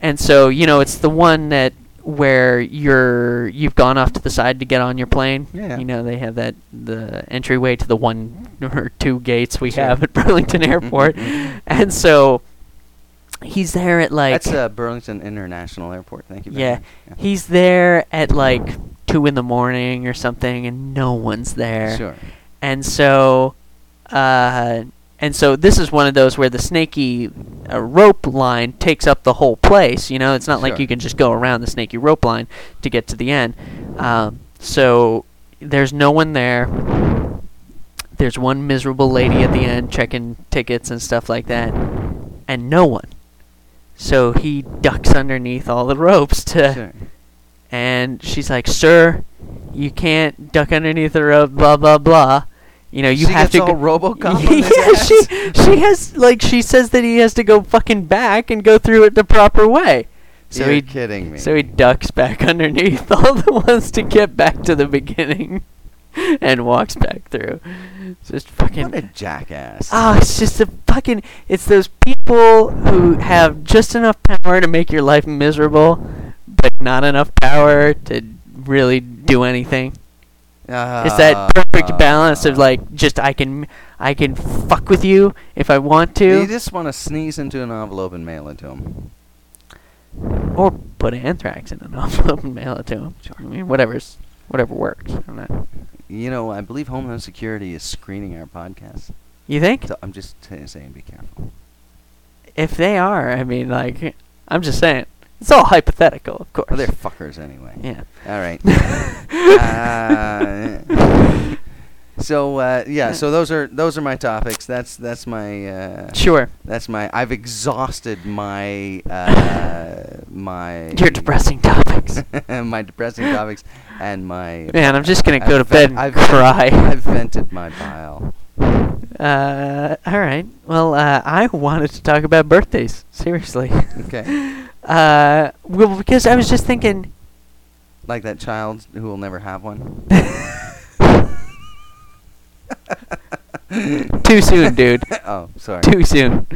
Speaker 2: And so, you know, it's the one that where you're you've gone off to the side to get on your plane.
Speaker 1: Yeah.
Speaker 2: You know, they have that the entryway to the one or two gates we
Speaker 1: Sure.
Speaker 2: have at Burlington Airport. and so he's there at like
Speaker 1: That's uh, Burlington International Airport. Thank you. very
Speaker 2: yeah,
Speaker 1: much.
Speaker 2: he's there at like two in the morning or something, and no one's there.
Speaker 1: Sure.
Speaker 2: And so, uh, and so this is one of those where the snaky uh, rope line takes up the whole place. You know, it's not like
Speaker 1: Sure.
Speaker 2: you can just go around the snaky rope line to get to the end. Um, so there's no one there. There's one miserable lady at the end checking tickets and stuff like that, and no one. So he ducks underneath all the ropes to
Speaker 1: Sure.
Speaker 2: and she's like, "Sir, you can't duck underneath the rope." Blah blah blah. You know, you
Speaker 1: She
Speaker 2: have
Speaker 1: gets
Speaker 2: to.
Speaker 1: all
Speaker 2: go-
Speaker 1: RoboCop on his
Speaker 2: yeah,
Speaker 1: ass?
Speaker 2: she she has like she says that he has to go fucking back and go through it the proper way. So
Speaker 1: You're
Speaker 2: he
Speaker 1: kidding me.
Speaker 2: so he ducks back underneath all the ones to get back to the beginning, and walks back through. It's just fucking.
Speaker 1: what a jackass.
Speaker 2: Oh, it's just the fucking. It's those people who have just enough power to make your life miserable, but not enough power to really do anything. it's
Speaker 1: Uh,
Speaker 2: that perfect balance of
Speaker 1: Ah.
Speaker 2: like, just I can, I can fuck with you if I want
Speaker 1: You
Speaker 2: to,
Speaker 1: just want to sneeze into an envelope and mail it to him.
Speaker 2: or put anthrax in an envelope and mail it to him. I mean, whatever's, whatever works. I'm not.
Speaker 1: You know, I believe Homeland Security is screening our podcast.
Speaker 2: You think?
Speaker 1: So I'm just t- saying, be careful.
Speaker 2: If they are, I mean, like, I'm just saying, it's all hypothetical, of course.
Speaker 1: Well, Oh, they're fuckers anyway.
Speaker 2: yeah.
Speaker 1: All right. Uh, so uh, yeah, so those are those are my topics. That's that's my uh,
Speaker 2: Sure.
Speaker 1: that's my. I've exhausted my uh, my
Speaker 2: Your depressing topics.
Speaker 1: my depressing topics and my
Speaker 2: Man, I'm just gonna
Speaker 1: I've
Speaker 2: go to
Speaker 1: ven-
Speaker 2: bed and
Speaker 1: I've
Speaker 2: cry.
Speaker 1: I've vented my bile.
Speaker 2: Uh, all right. Well, uh, I wanted to talk about birthdays. Seriously.
Speaker 1: Okay,
Speaker 2: Uh, well, because I was just thinking.
Speaker 1: like that child who will never have one.
Speaker 2: Too soon, dude.
Speaker 1: oh, sorry.
Speaker 2: Too soon.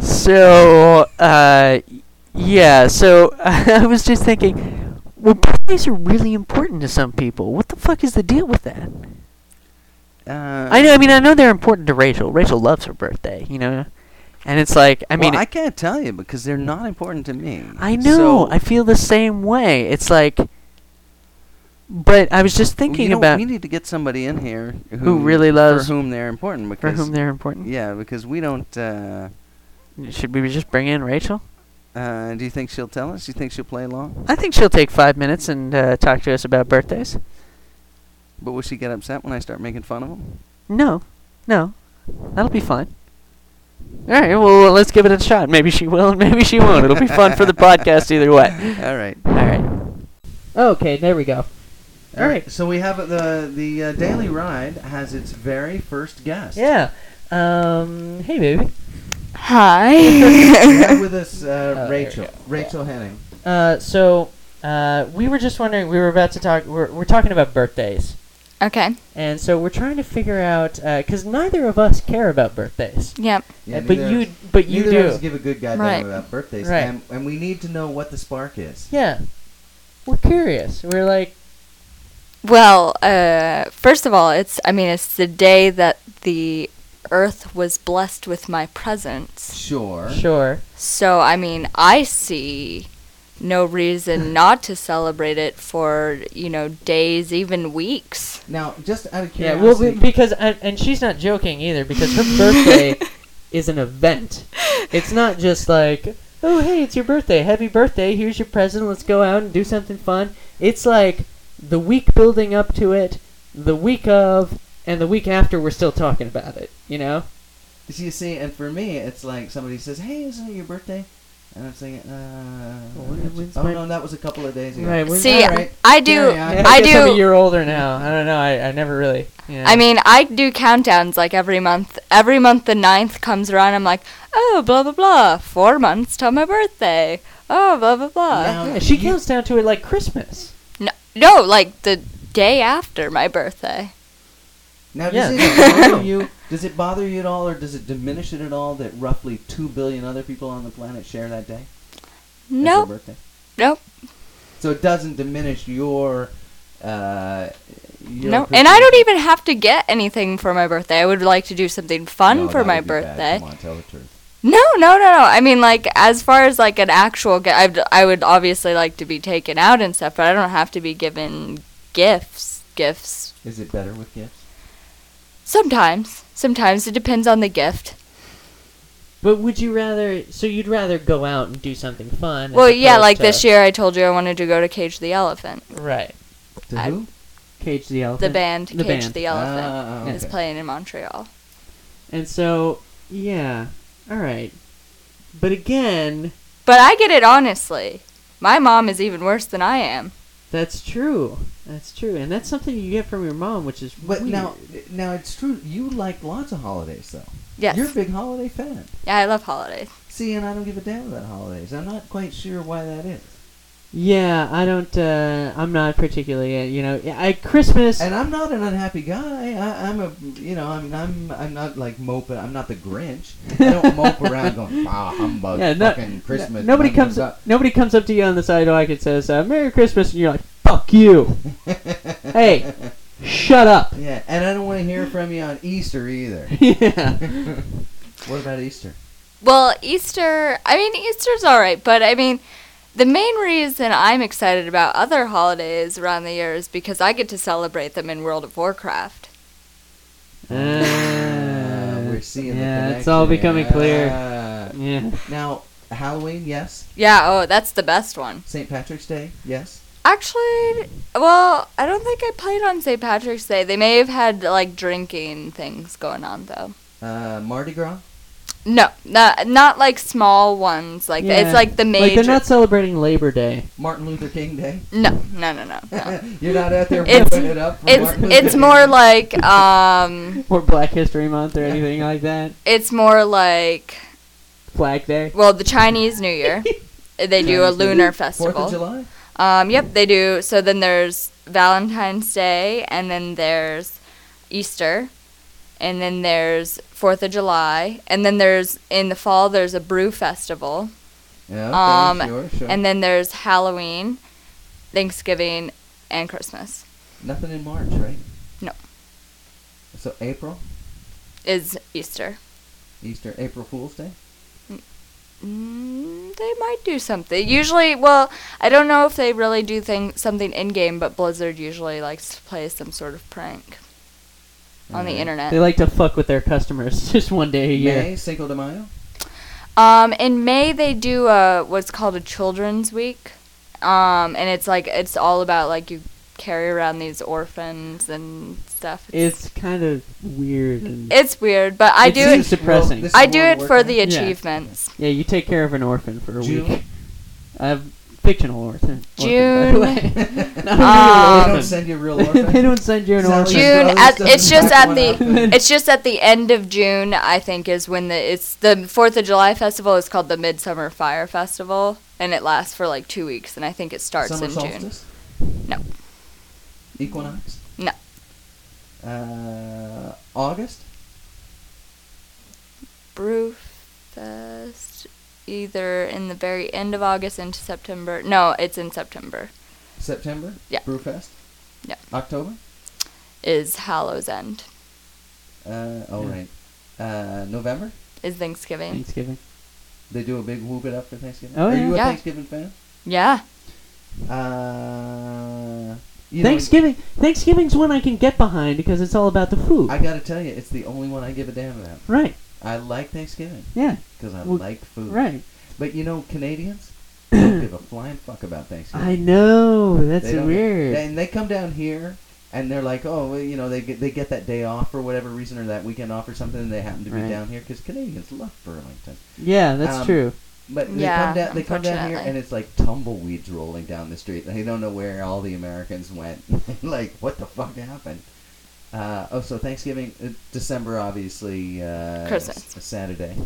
Speaker 2: So, uh, yeah. So I was just thinking. Well, birthdays are really important to some people. What the fuck is the deal with that?
Speaker 1: Uh,
Speaker 2: I know. I mean, I know they're important to Rachel. Rachel loves her birthday. You know, and it's like I mean.
Speaker 1: well, I can't tell you because they're not important to me.
Speaker 2: I know.
Speaker 1: So-
Speaker 2: I feel the same way. It's like, but I was just
Speaker 1: Well, you
Speaker 2: thinking
Speaker 1: know,
Speaker 2: about
Speaker 1: We need to get somebody in here who,
Speaker 2: really loves-
Speaker 1: for whom they're important.
Speaker 2: for
Speaker 1: Because,
Speaker 2: whom they're important.
Speaker 1: Yeah, because we don't. Uh,
Speaker 2: Should we just bring in Rachel?
Speaker 1: uh, do you think she'll tell us? Do you think she'll play along?
Speaker 2: I think she'll take five minutes and uh, talk to us about birthdays.
Speaker 1: But will she get upset when I start making fun of them?
Speaker 2: No, no, that'll be fun. All right. Well, let's give it a shot. Maybe she will, and maybe she won't. It'll be fun for the podcast either way.
Speaker 1: All right.
Speaker 2: All right. Okay. There we go. All All right. right,
Speaker 1: So we have the the uh, daily ride has its very first guest.
Speaker 2: Yeah. Um. Hey, baby.
Speaker 1: We
Speaker 3: Hi.
Speaker 1: have with us uh,
Speaker 2: Oh, there Rachel- we go.
Speaker 1: Rachel Henning.
Speaker 2: Uh. So. Uh, we were just wondering. We were about to talk. We're, we're talking about birthdays.
Speaker 3: okay.
Speaker 2: And so we're trying to figure out because neither of us care about birthdays,
Speaker 3: Yep.
Speaker 2: Uh, but you but you do.
Speaker 1: give a good goddamn
Speaker 3: Right.
Speaker 1: about birthdays,
Speaker 2: Right.
Speaker 1: and we need to know what the spark is.
Speaker 2: yeah, we're curious. We're like,
Speaker 3: Well, uh, first of all, it's I mean it's the day that the earth was blessed with my presence.
Speaker 1: Sure.
Speaker 2: sure,
Speaker 3: So I mean I see no reason not to celebrate it for you know days, even weeks.
Speaker 1: Now, just out of
Speaker 2: yeah.
Speaker 1: curiosity,
Speaker 2: Well, we- because and, and she's not joking either because her birthday is an event. It's not just like, oh hey, it's your birthday, happy birthday. Here's your present. Let's go out and do something fun. It's like the week building up to it, the week of, and the week after. We're still talking about it. You know.
Speaker 1: So you see, and for me, it's like somebody says, "Hey, isn't it your birthday?" And I'm saying, uh,
Speaker 2: When- when's
Speaker 1: "Oh
Speaker 2: my-
Speaker 1: no, that was a couple of days ago."
Speaker 2: Right.
Speaker 3: See,
Speaker 1: alright.
Speaker 3: I do.
Speaker 1: Yeah,
Speaker 2: Yeah,
Speaker 3: I
Speaker 2: guess I'm a
Speaker 3: do.
Speaker 2: year older now. I don't know. I, I never really. You know.
Speaker 3: I mean, I do countdowns like every month. Every month the ninth comes around, I'm like, oh, blah, blah, blah. Four months till my birthday. Oh, blah, blah, blah.
Speaker 1: Now,
Speaker 2: Yeah, she
Speaker 1: you-
Speaker 2: comes down to it like Christmas.
Speaker 3: No, no, like the day after my birthday.
Speaker 1: Now,
Speaker 2: Yeah.
Speaker 1: does it bother you? Does it bother you at all, or does it diminish it at all that roughly two billion other people on the planet share that day? as their
Speaker 3: Nope,
Speaker 1: birthday.
Speaker 3: nope,
Speaker 1: So it doesn't diminish your. Uh, your
Speaker 3: no. And I don't
Speaker 1: appreciation.
Speaker 3: even have to get anything for my birthday. I would like to do something fun
Speaker 1: No,
Speaker 3: for
Speaker 1: that
Speaker 3: my
Speaker 1: would be bad.
Speaker 3: birthday.
Speaker 1: Come on, tell the truth.
Speaker 3: No, no, no, no. I mean, like as far as like an actual, gi- I'd, I would obviously like to be taken out and stuff, but I don't have to be given gifts. Gifts
Speaker 1: Is it better with gifts?
Speaker 3: sometimes. Sometimes it depends on the gift.
Speaker 2: But would you rather? So you'd rather go out and do something fun? as
Speaker 3: Well, yeah,
Speaker 2: opposed
Speaker 3: like
Speaker 2: to-
Speaker 3: this year I told you I wanted to go to Cage the Elephant.
Speaker 2: right?
Speaker 1: To
Speaker 3: I-
Speaker 1: who?
Speaker 2: Cage the elephant.
Speaker 3: The band
Speaker 2: The
Speaker 3: Cage
Speaker 2: band.
Speaker 3: the Elephant
Speaker 1: Ah,
Speaker 2: Yeah.
Speaker 3: is
Speaker 1: okay.
Speaker 3: playing in Montreal.
Speaker 2: And so, yeah, all right. But again,
Speaker 3: But I get it honestly. My mom is even worse than I am.
Speaker 2: that's true. That's true, and that's something you get from your mom, which is
Speaker 1: But
Speaker 2: weird.
Speaker 1: now, now it's true. You like lots of holidays, though.
Speaker 3: Yes.
Speaker 1: You're a big holiday fan.
Speaker 3: yeah, I love holidays.
Speaker 1: See, and I don't give a damn about holidays. I'm not quite sure why that is.
Speaker 2: yeah, I don't. Uh, I'm not particularly. uh, You know, I Christmas.
Speaker 1: And I'm not an unhappy guy. I, I'm a, you know, I mean, I'm, I'm not like mope. I'm not the Grinch. I don't mope around going, ah, humbug,
Speaker 2: Yeah, no-
Speaker 1: fucking
Speaker 2: No-
Speaker 1: Christmas.
Speaker 2: nobody
Speaker 1: none of
Speaker 2: comes.
Speaker 1: that."
Speaker 2: Nobody comes up to you on the sidewalk and says, uh, "Merry Christmas," and you're like, "Fuck you! Hey. Shut up!"
Speaker 1: Yeah, and I don't want to hear from you on Easter either.
Speaker 2: yeah.
Speaker 1: What about Easter?
Speaker 3: Well, Easter, I mean, Easter's all right, but I mean, the main reason I'm excited about other holidays around the year is because I get to celebrate them in World of Warcraft.
Speaker 1: Uh,
Speaker 2: Uh,
Speaker 1: we're seeing the
Speaker 2: yeah, it's all
Speaker 1: connection.
Speaker 2: becoming clear.
Speaker 1: Ah.
Speaker 2: Yeah.
Speaker 1: now, Halloween, yes.
Speaker 3: Yeah, oh, that's the best one.
Speaker 1: St. Patrick's Day, yes.
Speaker 3: Actually, well, I don't think I played on St. Patrick's Day. They may have had like drinking things going on though.
Speaker 1: Uh, Mardi Gras.
Speaker 3: No, not, not like small ones like that.
Speaker 2: Yeah.
Speaker 3: It's like the
Speaker 2: Like
Speaker 3: major.
Speaker 2: they're not celebrating Labor Day.
Speaker 1: Martin Luther King Day.
Speaker 3: no, no, no, no. no.
Speaker 1: You're not out there
Speaker 3: It's-
Speaker 1: whipping it up. For
Speaker 3: it's
Speaker 1: Martin Luther
Speaker 3: it's
Speaker 1: King.
Speaker 3: more like um,
Speaker 2: or Black History Month or anything like that.
Speaker 3: it's more like
Speaker 2: Flag Day.
Speaker 3: well, the Chinese New Year. They do a
Speaker 1: Chinese New Year.
Speaker 3: lunar
Speaker 1: Fourth of
Speaker 3: festival.
Speaker 1: July.
Speaker 3: Um, yep, they do. So then there's Valentine's Day, and then there's Easter, and then there's Fourth of July, and then there's in the fall there's a brew festival,
Speaker 1: Yeah.
Speaker 3: Um,
Speaker 1: Okay, sure, sure.
Speaker 3: and then there's Halloween, Thanksgiving, and Christmas
Speaker 1: Nothing in March, right?
Speaker 3: No.
Speaker 1: So April,
Speaker 3: is Easter.
Speaker 1: Easter, April Fool's Day.
Speaker 3: Mm, they might do something. Usually, well, I don't know if they really do thing something in game, but Blizzard usually likes to play some sort of prank on the
Speaker 1: Alright.
Speaker 3: internet.
Speaker 2: They like to fuck with their customers just one day a year.
Speaker 1: May, Cinco de Mayo.
Speaker 3: Um, in May they do a what's called a children's week, um, and it's like it's all about like you carry around these orphans and stuff.
Speaker 2: It's kind of weird. And
Speaker 3: it's weird, but I
Speaker 2: It's
Speaker 3: do it.
Speaker 2: just- depressing.
Speaker 1: this is
Speaker 3: I do
Speaker 1: World
Speaker 3: it
Speaker 1: War
Speaker 3: for
Speaker 1: Time.
Speaker 3: the
Speaker 2: Yeah.
Speaker 3: achievements.
Speaker 2: yeah, you take care of an orphan for a
Speaker 1: June.
Speaker 2: week. A fictional orphan.
Speaker 3: June.
Speaker 2: Orphan, by the way. Not
Speaker 1: they
Speaker 2: a real
Speaker 3: Um,
Speaker 2: orphan.
Speaker 1: don't send you real orphans.
Speaker 2: they don't send you an
Speaker 1: Sounds
Speaker 2: orphan.
Speaker 1: like
Speaker 3: June
Speaker 1: Brothers
Speaker 3: at
Speaker 1: doesn't
Speaker 3: it's just
Speaker 1: pack
Speaker 3: at
Speaker 1: one
Speaker 3: the
Speaker 1: outfit.
Speaker 3: it's just at the end of June I think is when the it's the Fourth of July festival is called the Midsummer Fire Festival and it lasts for like two weeks and I think it starts
Speaker 1: Summer
Speaker 3: in June.
Speaker 1: solstice?
Speaker 3: No.
Speaker 1: Equinox?
Speaker 3: No.
Speaker 1: Uh, August?
Speaker 3: Brewfest either in the very end of August into September. No, it's in September.
Speaker 1: September?
Speaker 3: Yeah.
Speaker 1: Brewfest?
Speaker 3: Yeah.
Speaker 1: October?
Speaker 3: Is Hallows End.
Speaker 1: Uh, oh,
Speaker 2: Yeah.
Speaker 1: right. Uh, November?
Speaker 3: Is Thanksgiving.
Speaker 2: Thanksgiving.
Speaker 1: They do a big whoop it up for Thanksgiving.
Speaker 2: Oh,
Speaker 1: Are
Speaker 2: yeah.
Speaker 1: you a
Speaker 3: Yeah.
Speaker 1: Thanksgiving fan?
Speaker 3: Yeah.
Speaker 1: Uh, you know,
Speaker 2: Thanksgiving. Thanksgiving's one I can get behind because it's all about the food.
Speaker 1: I gotta tell you, it's the only one I give a damn about.
Speaker 2: right.
Speaker 1: I like Thanksgiving
Speaker 2: Yeah.
Speaker 1: because I
Speaker 2: Well,
Speaker 1: like food.
Speaker 2: Right.
Speaker 1: But you know, Canadians don't give a flying fuck about Thanksgiving.
Speaker 2: I know. That's
Speaker 1: They don't-
Speaker 2: weird.
Speaker 1: and they come down here and they're like, oh, well, you know, they get, they get that day off for whatever reason or that weekend off or something, and they happen to be
Speaker 2: Right.
Speaker 1: down here because Canadians love Burlington.
Speaker 2: yeah, that's
Speaker 1: um,
Speaker 2: true.
Speaker 1: But they
Speaker 3: Yeah,
Speaker 1: come down they come down here
Speaker 3: unfortunately.
Speaker 1: and it's like tumbleweeds rolling down the street. They don't know where all the Americans went. like, what the fuck happened? Uh, oh, so Thanksgiving, uh, December, obviously, uh,
Speaker 3: Christmas.
Speaker 1: s- Saturday,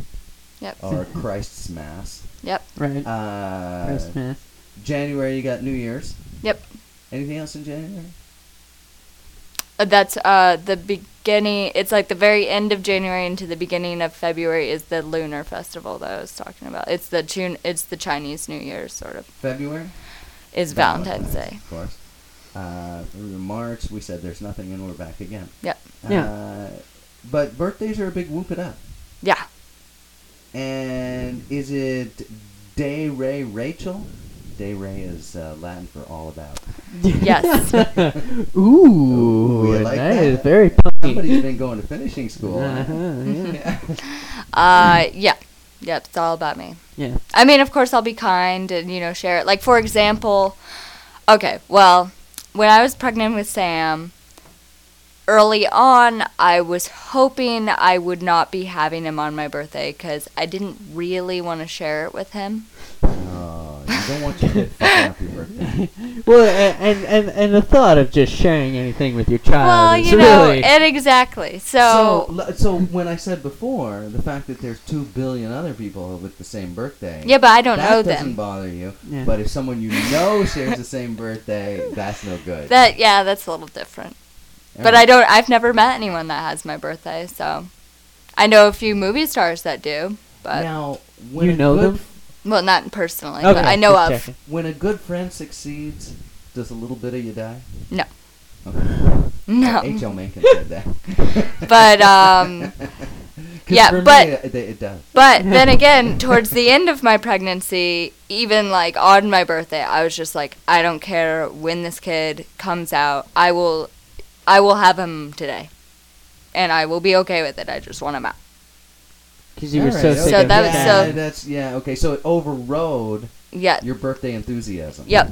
Speaker 3: Yep.
Speaker 1: or Christ's Mass.
Speaker 3: Yep.
Speaker 2: Right.
Speaker 1: Uh,
Speaker 2: Christmas.
Speaker 1: January, you got New Year's.
Speaker 3: Yep.
Speaker 1: Anything else in January?
Speaker 3: Uh, That's uh the beginning it's like the very end of January into the beginning of February is the lunar festival that I was talking about. It's the June it's the Chinese New Year sort of.
Speaker 1: February?
Speaker 3: Is Valentine's Day.
Speaker 1: Of course. Uh, through March, we said there's nothing, and we're back again.
Speaker 3: Yep.
Speaker 2: Yeah.
Speaker 1: Uh, but birthdays are a big whoop it up.
Speaker 3: Yeah.
Speaker 1: Is it De Ray Rachel? De Ray is uh, Latin for all about.
Speaker 3: Yes.
Speaker 2: Ooh,
Speaker 1: Ooh, you like
Speaker 2: that is
Speaker 1: that?
Speaker 2: very punky.
Speaker 1: Somebody's been going to finishing school.
Speaker 2: Uh-huh,
Speaker 1: huh?
Speaker 2: yeah.
Speaker 3: Uh, yeah. Yep, it's all about me.
Speaker 2: Yeah.
Speaker 3: I mean, of course, I'll be kind and, you know, share it. Like, for example, okay, well, when I was pregnant with Sam, early on, I was hoping I would not be having him on my birthday because I didn't really want to share it with him.
Speaker 1: Oh, you don't want your kid fucking up your birthday.
Speaker 2: Well, a- and, and and the thought of just sharing anything with your child
Speaker 3: well,
Speaker 2: is
Speaker 3: you know,
Speaker 2: really
Speaker 3: and exactly. So,
Speaker 1: so, l- so when I said before the fact that there's two billion other people with the same birthday,
Speaker 3: yeah, but I don't
Speaker 1: that
Speaker 3: know
Speaker 1: doesn't
Speaker 3: them.
Speaker 1: bother you.
Speaker 2: Yeah.
Speaker 1: But if someone you know shares the same birthday, that's no good.
Speaker 3: That, yeah, that's a little different. But I don't, I've never met anyone that has my birthday, so I know a few movie stars that do, but.
Speaker 1: now when
Speaker 2: You
Speaker 1: a
Speaker 2: know
Speaker 1: good,
Speaker 2: them?
Speaker 3: Well, not personally,
Speaker 2: Okay,
Speaker 3: but I know
Speaker 2: just
Speaker 3: of.
Speaker 2: checking.
Speaker 1: When a good friend succeeds, does a little bit of you die?
Speaker 3: No.
Speaker 1: Okay.
Speaker 3: No,
Speaker 1: H.L. Mencken said that.
Speaker 3: but um,
Speaker 1: 'Cause
Speaker 3: yeah,
Speaker 1: for me,
Speaker 3: but-
Speaker 1: it, it does.
Speaker 3: but then again, towards the end of my pregnancy, even like on my birthday, I was just like, I don't care when this kid comes out, I will, I will have him today, and I will be okay with it. I just want him out.
Speaker 2: 'cause you were so
Speaker 1: Alright,
Speaker 2: sick
Speaker 3: So
Speaker 2: of
Speaker 3: that was uh,
Speaker 2: Sam.
Speaker 1: yeah,
Speaker 3: so-
Speaker 1: That's yeah. Okay, so it overrode
Speaker 3: Yeah.
Speaker 1: your birthday enthusiasm.
Speaker 3: Yep.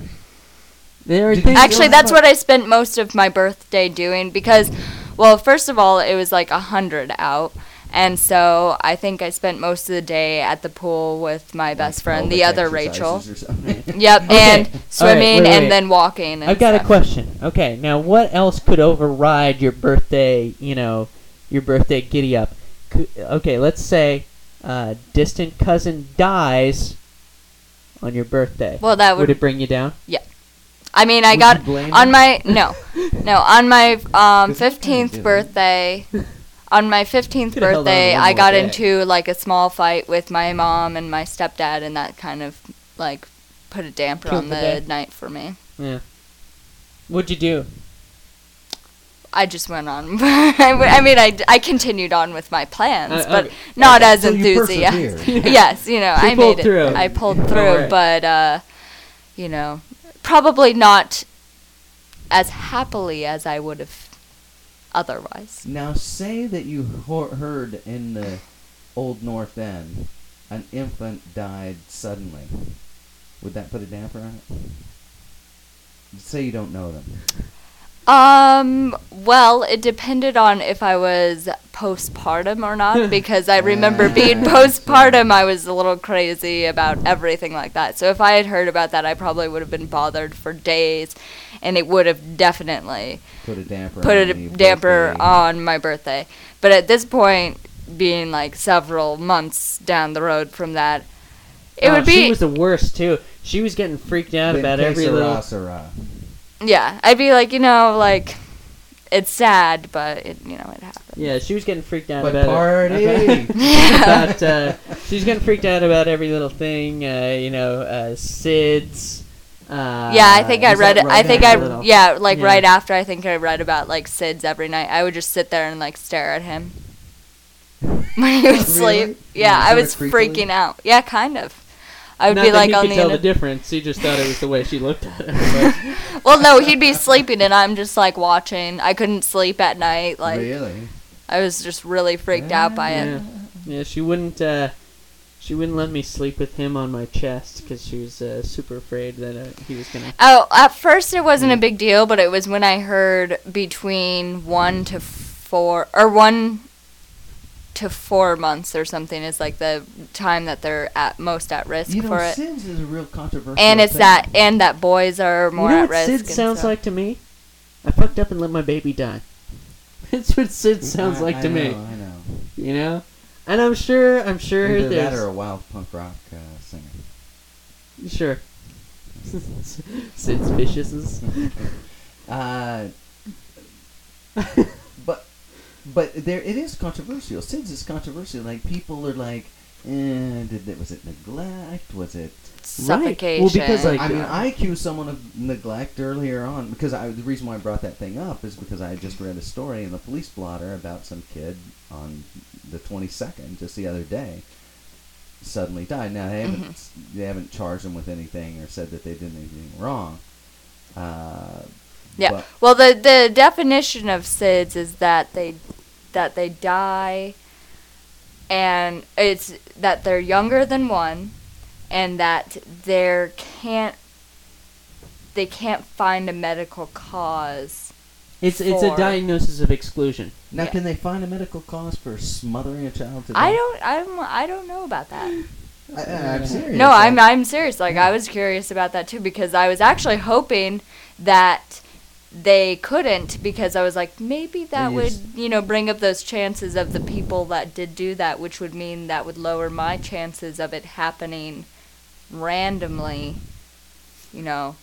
Speaker 2: There are
Speaker 1: Did you
Speaker 2: things-
Speaker 3: Actually,
Speaker 1: have
Speaker 3: that's
Speaker 1: a-
Speaker 3: what I spent most of my birthday doing because, well, first of all, it was like a hundred out, and so I think I spent most of the day at the pool with my best friend, the other Rachel. Yep,
Speaker 2: Okay.
Speaker 3: and
Speaker 2: All right,
Speaker 3: swimming
Speaker 2: wait, wait.
Speaker 3: and then walking. And
Speaker 2: I've got a
Speaker 3: stuff.
Speaker 2: question. Okay, now what else could override your birthday? You know, your birthday giddy up. Cou- Okay, let's say uh, distant cousin dies on your birthday.
Speaker 3: Well, that would.
Speaker 2: would it bring you down?
Speaker 3: I mean, I
Speaker 1: Would
Speaker 3: got
Speaker 1: you blame
Speaker 3: on
Speaker 1: him?
Speaker 3: my no, no on my um
Speaker 1: Good friend,
Speaker 3: fifteenth
Speaker 1: isn't it?
Speaker 3: birthday. On my fifteenth
Speaker 2: Could've held on to
Speaker 3: birthday,
Speaker 2: one
Speaker 3: I
Speaker 2: more
Speaker 3: got
Speaker 2: day.
Speaker 3: into like a small fight with my mom and my stepdad, and that kind of like put a damper
Speaker 2: Killed
Speaker 3: on
Speaker 2: the
Speaker 3: the,
Speaker 2: day.
Speaker 3: night for me.
Speaker 2: Yeah. What'd you do?
Speaker 3: I just went on. I w- I mean, I, d- I continued on with my plans,
Speaker 2: Uh,
Speaker 3: but
Speaker 2: okay.
Speaker 3: not as
Speaker 1: so you
Speaker 3: enthusiastic.
Speaker 1: persevered.
Speaker 3: yes, you know,
Speaker 2: She
Speaker 3: I
Speaker 2: pulled
Speaker 3: made it.
Speaker 2: through.
Speaker 3: I pulled
Speaker 2: Don't
Speaker 3: through,
Speaker 2: worry.
Speaker 3: but uh, you know, probably not as happily as I would have otherwise.
Speaker 1: Now say that you ho- heard in the old North End an infant died suddenly. Would that put a damper on it? Say you don't know them.
Speaker 3: Um, well, it depended on if I was postpartum or not because I remember being
Speaker 1: Ah,
Speaker 3: postpartum I was a little crazy about everything like that. So if I had heard about that, I probably would have been bothered for days and it would have definitely
Speaker 1: Put a damper.
Speaker 3: put
Speaker 1: on
Speaker 3: a
Speaker 1: the
Speaker 3: damper
Speaker 1: birthday.
Speaker 3: on my birthday. But at this point, being like several months down the road from that, it
Speaker 2: Oh,
Speaker 3: would
Speaker 2: She
Speaker 3: be
Speaker 2: was the worst too. She was getting freaked out
Speaker 1: Then
Speaker 2: about
Speaker 1: que
Speaker 2: every
Speaker 1: sera,
Speaker 2: little.
Speaker 1: sera.
Speaker 3: yeah. I'd be like, you know, like it's sad, but it, you know, it happened.
Speaker 2: Yeah, she was getting freaked out
Speaker 1: But
Speaker 2: about
Speaker 1: party!
Speaker 2: about uh, she's getting freaked out about every little thing. Uh, you know, uh, SIDS. Uh,
Speaker 3: yeah, I think I
Speaker 1: is
Speaker 3: read
Speaker 1: that
Speaker 3: it. I
Speaker 1: right
Speaker 3: think
Speaker 2: after
Speaker 3: I
Speaker 2: little?
Speaker 3: yeah, like
Speaker 2: Yeah.
Speaker 3: right after I think I read about like SIDS every night. I would just sit there and like stare at him when he would
Speaker 1: Really?
Speaker 3: sleep. Yeah,
Speaker 1: You
Speaker 3: I
Speaker 1: were
Speaker 3: was
Speaker 1: creepily-
Speaker 3: freaking out. Yeah, kind of. I would
Speaker 2: Not
Speaker 3: be
Speaker 2: that
Speaker 3: like
Speaker 2: he
Speaker 3: on
Speaker 2: could
Speaker 3: the
Speaker 2: tell
Speaker 3: end
Speaker 2: the
Speaker 3: of-
Speaker 2: difference. He just thought it was the way she looked at it.
Speaker 3: Well, no, he'd be sleeping and I'm just like watching. I couldn't sleep at night. Like
Speaker 1: really?
Speaker 3: I was just really freaked out by
Speaker 2: But,
Speaker 3: it.
Speaker 2: yeah, yeah, she wouldn't. Uh, she wouldn't let me sleep with him on my chest because she was uh, super afraid that uh, he was gonna.
Speaker 3: Oh, at first it wasn't a
Speaker 2: Mm.
Speaker 3: big deal, but it was when I heard between one to four or one to four months or something is like the time that they're at most at risk
Speaker 1: You know,
Speaker 3: for it.
Speaker 1: Sims is a real controversial.
Speaker 3: and it's
Speaker 1: thing.
Speaker 3: that and that boys are more
Speaker 2: you know
Speaker 3: at
Speaker 2: what
Speaker 3: risk.
Speaker 2: Sid
Speaker 3: and
Speaker 2: sounds
Speaker 3: stuff.
Speaker 2: like to me? I fucked up and let my baby die. That's what Sid sounds
Speaker 1: I-
Speaker 2: like
Speaker 1: I
Speaker 2: to me.
Speaker 1: know, I know.
Speaker 2: You know. And I'm sure, I'm sure
Speaker 1: Either
Speaker 2: there's
Speaker 1: that or a wild punk rock uh, singer.
Speaker 2: Sure. Sid's vicious is.
Speaker 1: Uh, but but there it is controversial. Sids is controversial. Like people are like, eh, did that, was it neglect? Was it?
Speaker 3: suffocation.
Speaker 2: Well, because, like-
Speaker 1: I mean,
Speaker 3: uh,
Speaker 1: I accused someone of neglect earlier on because I the reason why I brought that thing up is because I had just read a story in the police blotter about some kid on the 22nd just the other day
Speaker 4: suddenly died. Now they haven't
Speaker 3: Mm-hmm.
Speaker 4: they haven't charged them with anything or said that they did anything wrong. Uh,
Speaker 3: Yeah.
Speaker 4: but-
Speaker 3: Well, the the definition of SIDS is that they that they die, and it's that they're younger than one, and that there can't they can't find a medical cause.
Speaker 2: It's it's a
Speaker 3: For-
Speaker 2: diagnosis of exclusion.
Speaker 4: now,
Speaker 3: yeah.
Speaker 4: can they find a medical cause for smothering a child? To
Speaker 3: I
Speaker 4: death?
Speaker 3: don't I don't I don't know about that.
Speaker 4: I, am serious.
Speaker 3: No,
Speaker 4: I-
Speaker 3: I'm I'm serious. Like I was curious about that too because I was actually hoping that they couldn't because I was like maybe that
Speaker 4: They
Speaker 3: would
Speaker 4: just-
Speaker 3: you know bring up those chances of the people that did do that, which would mean that would lower my chances of it happening randomly. You know.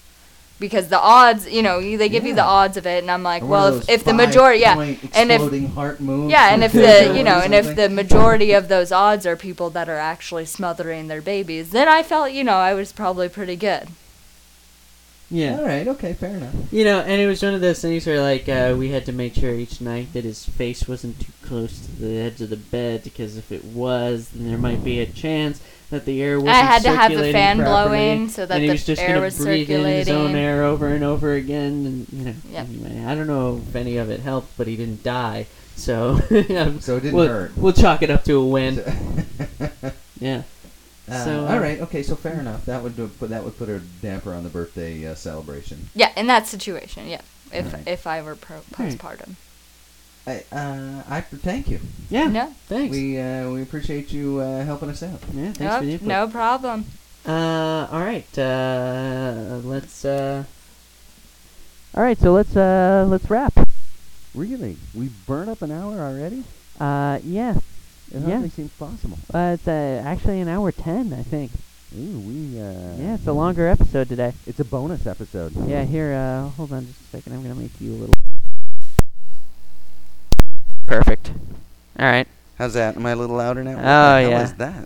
Speaker 3: Because the odds, you know, you- they give you the
Speaker 4: Yeah.
Speaker 3: odds of it, and I'm like,
Speaker 4: Or one
Speaker 3: well,
Speaker 4: of
Speaker 3: if,
Speaker 4: those
Speaker 3: if the
Speaker 4: five
Speaker 3: majority, yeah,
Speaker 4: point
Speaker 3: and if
Speaker 4: exploding heart moves
Speaker 3: yeah, and
Speaker 4: or
Speaker 3: if the you
Speaker 4: something.
Speaker 3: know, and if the majority of those odds are people that are actually smothering their babies, then I felt you know I was probably pretty good.
Speaker 2: Yeah.
Speaker 4: all right, okay, fair enough.
Speaker 2: You know, and it was one of those things where, like, uh, we had to make sure each night that his face wasn't too close to the edge of the bed, because if it was, then there might be a chance that the air wasn't
Speaker 3: I had to have the
Speaker 2: circulating
Speaker 3: fan
Speaker 2: properly,
Speaker 3: blowing so that
Speaker 2: and he
Speaker 3: the
Speaker 2: was just
Speaker 3: air
Speaker 2: gonna
Speaker 3: was
Speaker 2: breathe in his own
Speaker 3: circulating.
Speaker 2: air over and over again, and you know.
Speaker 3: Yep.
Speaker 2: Anyway, I don't know if any of it helped, but he didn't die, so um,
Speaker 4: So it didn't
Speaker 2: we'll,
Speaker 4: hurt.
Speaker 2: We'll chalk it up to a win. yeah.
Speaker 4: Uh,
Speaker 2: So, uh,
Speaker 4: all right, okay, so fair enough. That would do, put that would put a damper on the birthday uh, celebration.
Speaker 3: Yeah, in that situation, yeah. If
Speaker 4: Right.
Speaker 3: if I were pro-
Speaker 2: Right.
Speaker 3: postpartum,
Speaker 4: I uh, I thank you.
Speaker 2: Yeah.
Speaker 3: no,
Speaker 2: Thanks.
Speaker 4: We uh, we appreciate you uh, helping us out.
Speaker 2: yeah. Thanks
Speaker 3: no,
Speaker 2: for the input.
Speaker 3: no problem.
Speaker 2: Uh, all right. Uh, let's. Uh... All right, so let's uh, let's wrap.
Speaker 1: Really? We burn up an hour already?
Speaker 2: Uh, yeah.
Speaker 1: It
Speaker 2: Yeah.
Speaker 1: hardly seems possible.
Speaker 2: Uh, it's uh, actually an hour ten, I think.
Speaker 1: Ooh, we, uh...
Speaker 2: Yeah, it's a longer episode today.
Speaker 1: It's a bonus episode.
Speaker 2: Yeah, here. Uh, hold on just a second. I'm gonna make you a little. Perfect. All right.
Speaker 1: How's that? Am I a little louder now? What
Speaker 2: Oh,
Speaker 1: the
Speaker 2: yeah.
Speaker 1: hell is that?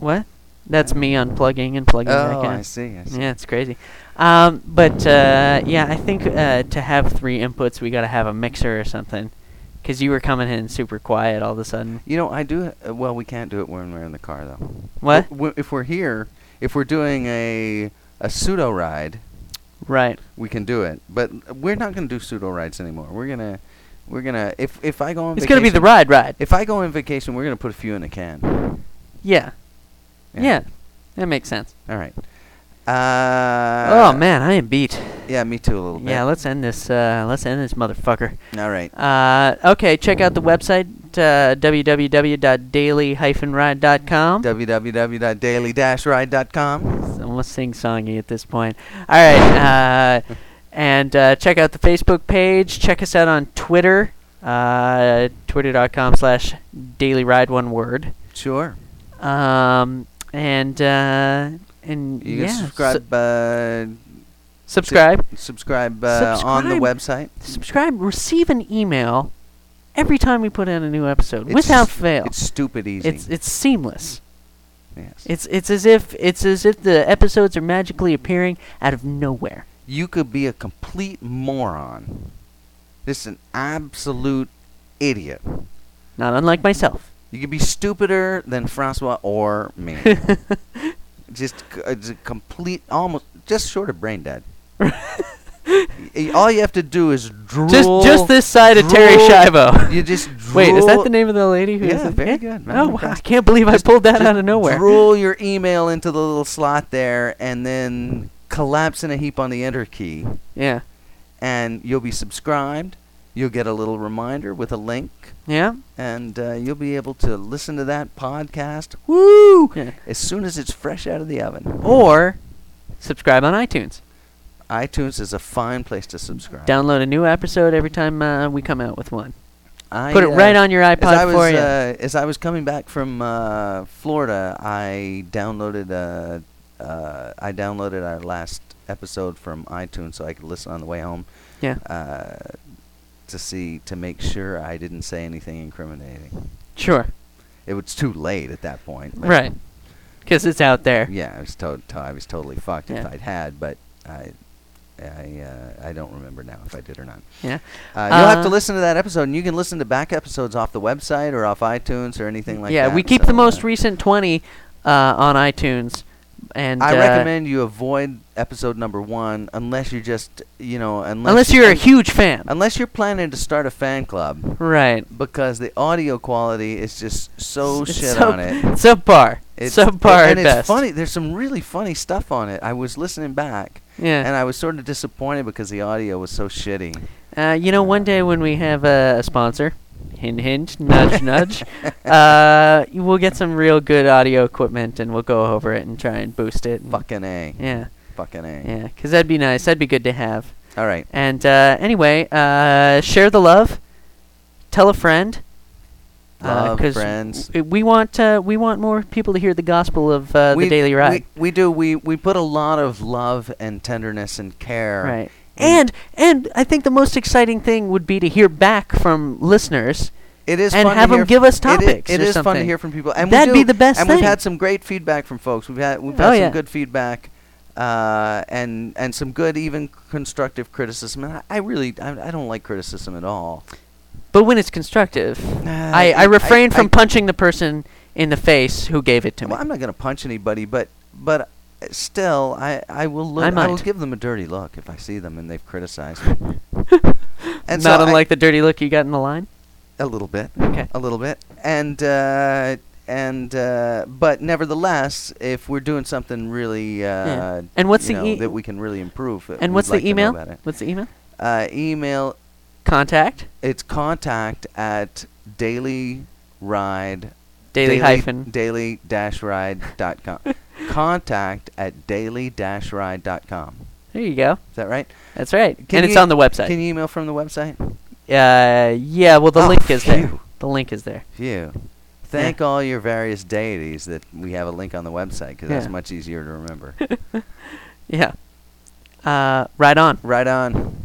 Speaker 2: What? That's me unplugging and plugging
Speaker 1: Oh,
Speaker 2: back in.
Speaker 1: I see, I see.
Speaker 2: Yeah, it's crazy. Um, but uh, yeah, I think uh, to have three inputs, we got to have a mixer or something. Because you were coming in super quiet all of a sudden.
Speaker 1: You know, I do. Uh, well, we can't do it when we're in the car, though.
Speaker 2: What?
Speaker 1: If we're- If we're here, if we're doing a a pseudo ride,
Speaker 2: Right.
Speaker 1: we can do it. But we're not gonna do pseudo rides anymore. We're gonna, we're gonna. If if I go on,
Speaker 2: It's going to be the
Speaker 1: vacation-
Speaker 2: ride ride.
Speaker 1: If I go on vacation, we're gonna put a few in a can.
Speaker 2: yeah. yeah. That makes sense.
Speaker 1: All right. Uh,
Speaker 2: oh, man, I am beat.
Speaker 1: Yeah, me too a little bit.
Speaker 2: Yeah, let's end this. Uh, let's end this motherfucker.
Speaker 1: All right.
Speaker 2: Uh, okay, check out the website uh, www.daily-ride.com.
Speaker 1: www.daily-ride.com.
Speaker 2: It's almost sing songy at this point. All right, uh, and uh, check out the Facebook page. Check us out on Twitter, uh, twitter.com slash daily ride one word.
Speaker 1: Sure.
Speaker 2: Um, and uh, and
Speaker 1: You
Speaker 2: yeah,
Speaker 1: can
Speaker 2: su-
Speaker 1: subscribe. uh,
Speaker 2: subscribe.
Speaker 1: subscribe uh, on the
Speaker 2: Subscribe.
Speaker 1: website.
Speaker 2: subscribe. Receive an email every time we put out a new episode
Speaker 1: It's-
Speaker 2: without fail.
Speaker 1: It's stupid easy.
Speaker 2: it's it's seamless.
Speaker 1: yes.
Speaker 2: It's it's as if it's as if the episodes are magically appearing out of nowhere.
Speaker 1: you could be a complete moron. This is an absolute idiot.
Speaker 2: Not unlike myself.
Speaker 1: You could be stupider than Francois or me. just c- it's a complete, almost just short of brain dead. Y- All you have to do is drool.
Speaker 2: just just this side of Terry
Speaker 1: drool-
Speaker 2: Schiavo.
Speaker 1: You just drool.
Speaker 2: Wait, is that the name of the lady who? is
Speaker 1: Yeah,
Speaker 2: in-
Speaker 1: very
Speaker 2: yeah?
Speaker 1: good.
Speaker 2: Oh
Speaker 1: I'm
Speaker 2: wow, I
Speaker 1: impressed.
Speaker 2: can't believe I
Speaker 1: Just-
Speaker 2: pulled that
Speaker 1: just
Speaker 2: out of nowhere.
Speaker 1: Drool your email into the little slot there, and then collapse in a heap on the enter key.
Speaker 2: Yeah,
Speaker 1: and you'll be subscribed. You'll get a little reminder with a link,
Speaker 2: yeah,
Speaker 1: and uh, you'll be able to listen to that podcast. Woo!
Speaker 2: yeah.
Speaker 1: As soon as it's fresh out of the oven.
Speaker 2: Or subscribe on iTunes.
Speaker 1: iTunes is a fine place to subscribe.
Speaker 2: Download a new episode every time uh, we come out with one.
Speaker 1: I,
Speaker 2: Put it
Speaker 1: uh,
Speaker 2: right on your
Speaker 1: As I
Speaker 2: iPod
Speaker 1: was
Speaker 2: for you.
Speaker 1: uh, as I was coming back from uh, Florida, I downloaded uh, uh, I downloaded our last episode from iTunes so I could listen on the way home
Speaker 2: yeah,
Speaker 1: uh, to see to make sure I didn't say anything incriminating.
Speaker 2: sure.
Speaker 1: It was too late at that point. but-
Speaker 2: Right. Because it's out there.
Speaker 1: Yeah, I was to- to- I was totally fucked if
Speaker 2: Yeah.
Speaker 1: I'd had, but I, I, uh, I don't remember now if I did or not.
Speaker 2: Yeah.
Speaker 1: Uh, you'll have to
Speaker 2: Uh,
Speaker 1: listen to that episode, and you can listen to back episodes off the website or off iTunes or anything like
Speaker 2: yeah,
Speaker 1: that.
Speaker 2: we keep
Speaker 1: so,
Speaker 2: the most
Speaker 1: uh,
Speaker 2: recent 20 uh, on iTunes. And
Speaker 1: I
Speaker 2: uh,
Speaker 1: recommend you avoid episode number one unless you just, you know, unless,
Speaker 2: unless
Speaker 1: you-
Speaker 2: you're a huge fan,
Speaker 1: unless you're planning to start a fan club
Speaker 2: right?
Speaker 1: because the audio quality is just so
Speaker 2: It's
Speaker 1: shit
Speaker 2: sub-
Speaker 1: on it.
Speaker 2: Subpar. subpar
Speaker 1: and
Speaker 2: at
Speaker 1: it's
Speaker 2: best.
Speaker 1: funny. There's some really funny stuff on it. I was listening back,
Speaker 2: Yeah.
Speaker 1: and I was sort of disappointed because the audio was so shitty.
Speaker 2: Uh, you know, one day when we have a, a sponsor, hint, hint, nudge, nudge, uh, y- we'll get some real good audio equipment and we'll go over it and try and boost it. and-
Speaker 1: Fucking a.
Speaker 2: Mm. Yeah,
Speaker 1: Fucking a.
Speaker 2: yeah, 'cause that'd be nice. That'd be good to have.
Speaker 1: All right.
Speaker 2: And uh, anyway, uh, share the love. Tell a friend. uh,
Speaker 1: Love,
Speaker 2: 'cause
Speaker 1: friends.
Speaker 2: w- we want uh, we want more people to hear the gospel of uh, the
Speaker 1: We-
Speaker 2: daily ride.
Speaker 1: We, we do. We we put a lot of love and tenderness and care.
Speaker 2: Right.
Speaker 1: And-
Speaker 2: And and I think the most exciting thing would be to hear back from listeners.
Speaker 1: It is
Speaker 2: And
Speaker 1: fun
Speaker 2: have
Speaker 1: to
Speaker 2: 'em
Speaker 1: hear
Speaker 2: give us
Speaker 1: it i-
Speaker 2: topics
Speaker 1: It
Speaker 2: or
Speaker 1: is fun to
Speaker 2: something.
Speaker 1: hear from people, and
Speaker 2: That'd
Speaker 1: we do,
Speaker 2: be the best
Speaker 1: And we've
Speaker 2: thing.
Speaker 1: had some great feedback from folks. We've had we've
Speaker 2: Oh,
Speaker 1: had some
Speaker 2: yeah.
Speaker 1: good feedback, uh, and and some good even constructive criticism. And I, I really I, I don't like criticism at all.
Speaker 2: But when it's constructive,
Speaker 1: Nah,
Speaker 2: I, I
Speaker 1: Uh, I-
Speaker 2: refrain from
Speaker 1: I-
Speaker 2: punching the person in the face who gave it to me.
Speaker 1: Well, I'm not going to punch anybody, but but uh, still, I I will look. I, will
Speaker 2: might.
Speaker 1: give them a dirty look if I see them and they've criticized me. and
Speaker 2: not
Speaker 1: so I-
Speaker 2: unlike the dirty look you got in the line.
Speaker 1: a little bit,
Speaker 2: Okay.
Speaker 1: a little bit, and uh, and uh, but nevertheless, if we're doing something really, uh,
Speaker 2: Yeah. And what's
Speaker 1: you
Speaker 2: the
Speaker 1: know,
Speaker 2: e-
Speaker 1: that we can really improve, uh,
Speaker 2: And
Speaker 1: we'd
Speaker 2: what's
Speaker 1: like to
Speaker 2: the
Speaker 1: know
Speaker 2: email?
Speaker 1: about it.
Speaker 2: What's the email?
Speaker 1: Uh, email
Speaker 2: Contact
Speaker 1: it's contact at daily ride
Speaker 2: daily, hyphen
Speaker 1: daily dash ride dot com contact at daily dash ride dot com
Speaker 2: There you go.
Speaker 1: is that right
Speaker 2: That's right.
Speaker 1: Can
Speaker 2: and it's
Speaker 1: you-
Speaker 2: on the website.
Speaker 1: can you email from the website
Speaker 2: uh, yeah. Well, the
Speaker 1: Oh,
Speaker 2: link is there.
Speaker 1: phew.
Speaker 2: The link is there.
Speaker 1: Phew. Thank all your various deities that we have a link on the website because that's
Speaker 2: Yeah.
Speaker 1: much easier to remember.
Speaker 2: Yeah. Uh, right on.
Speaker 1: right on.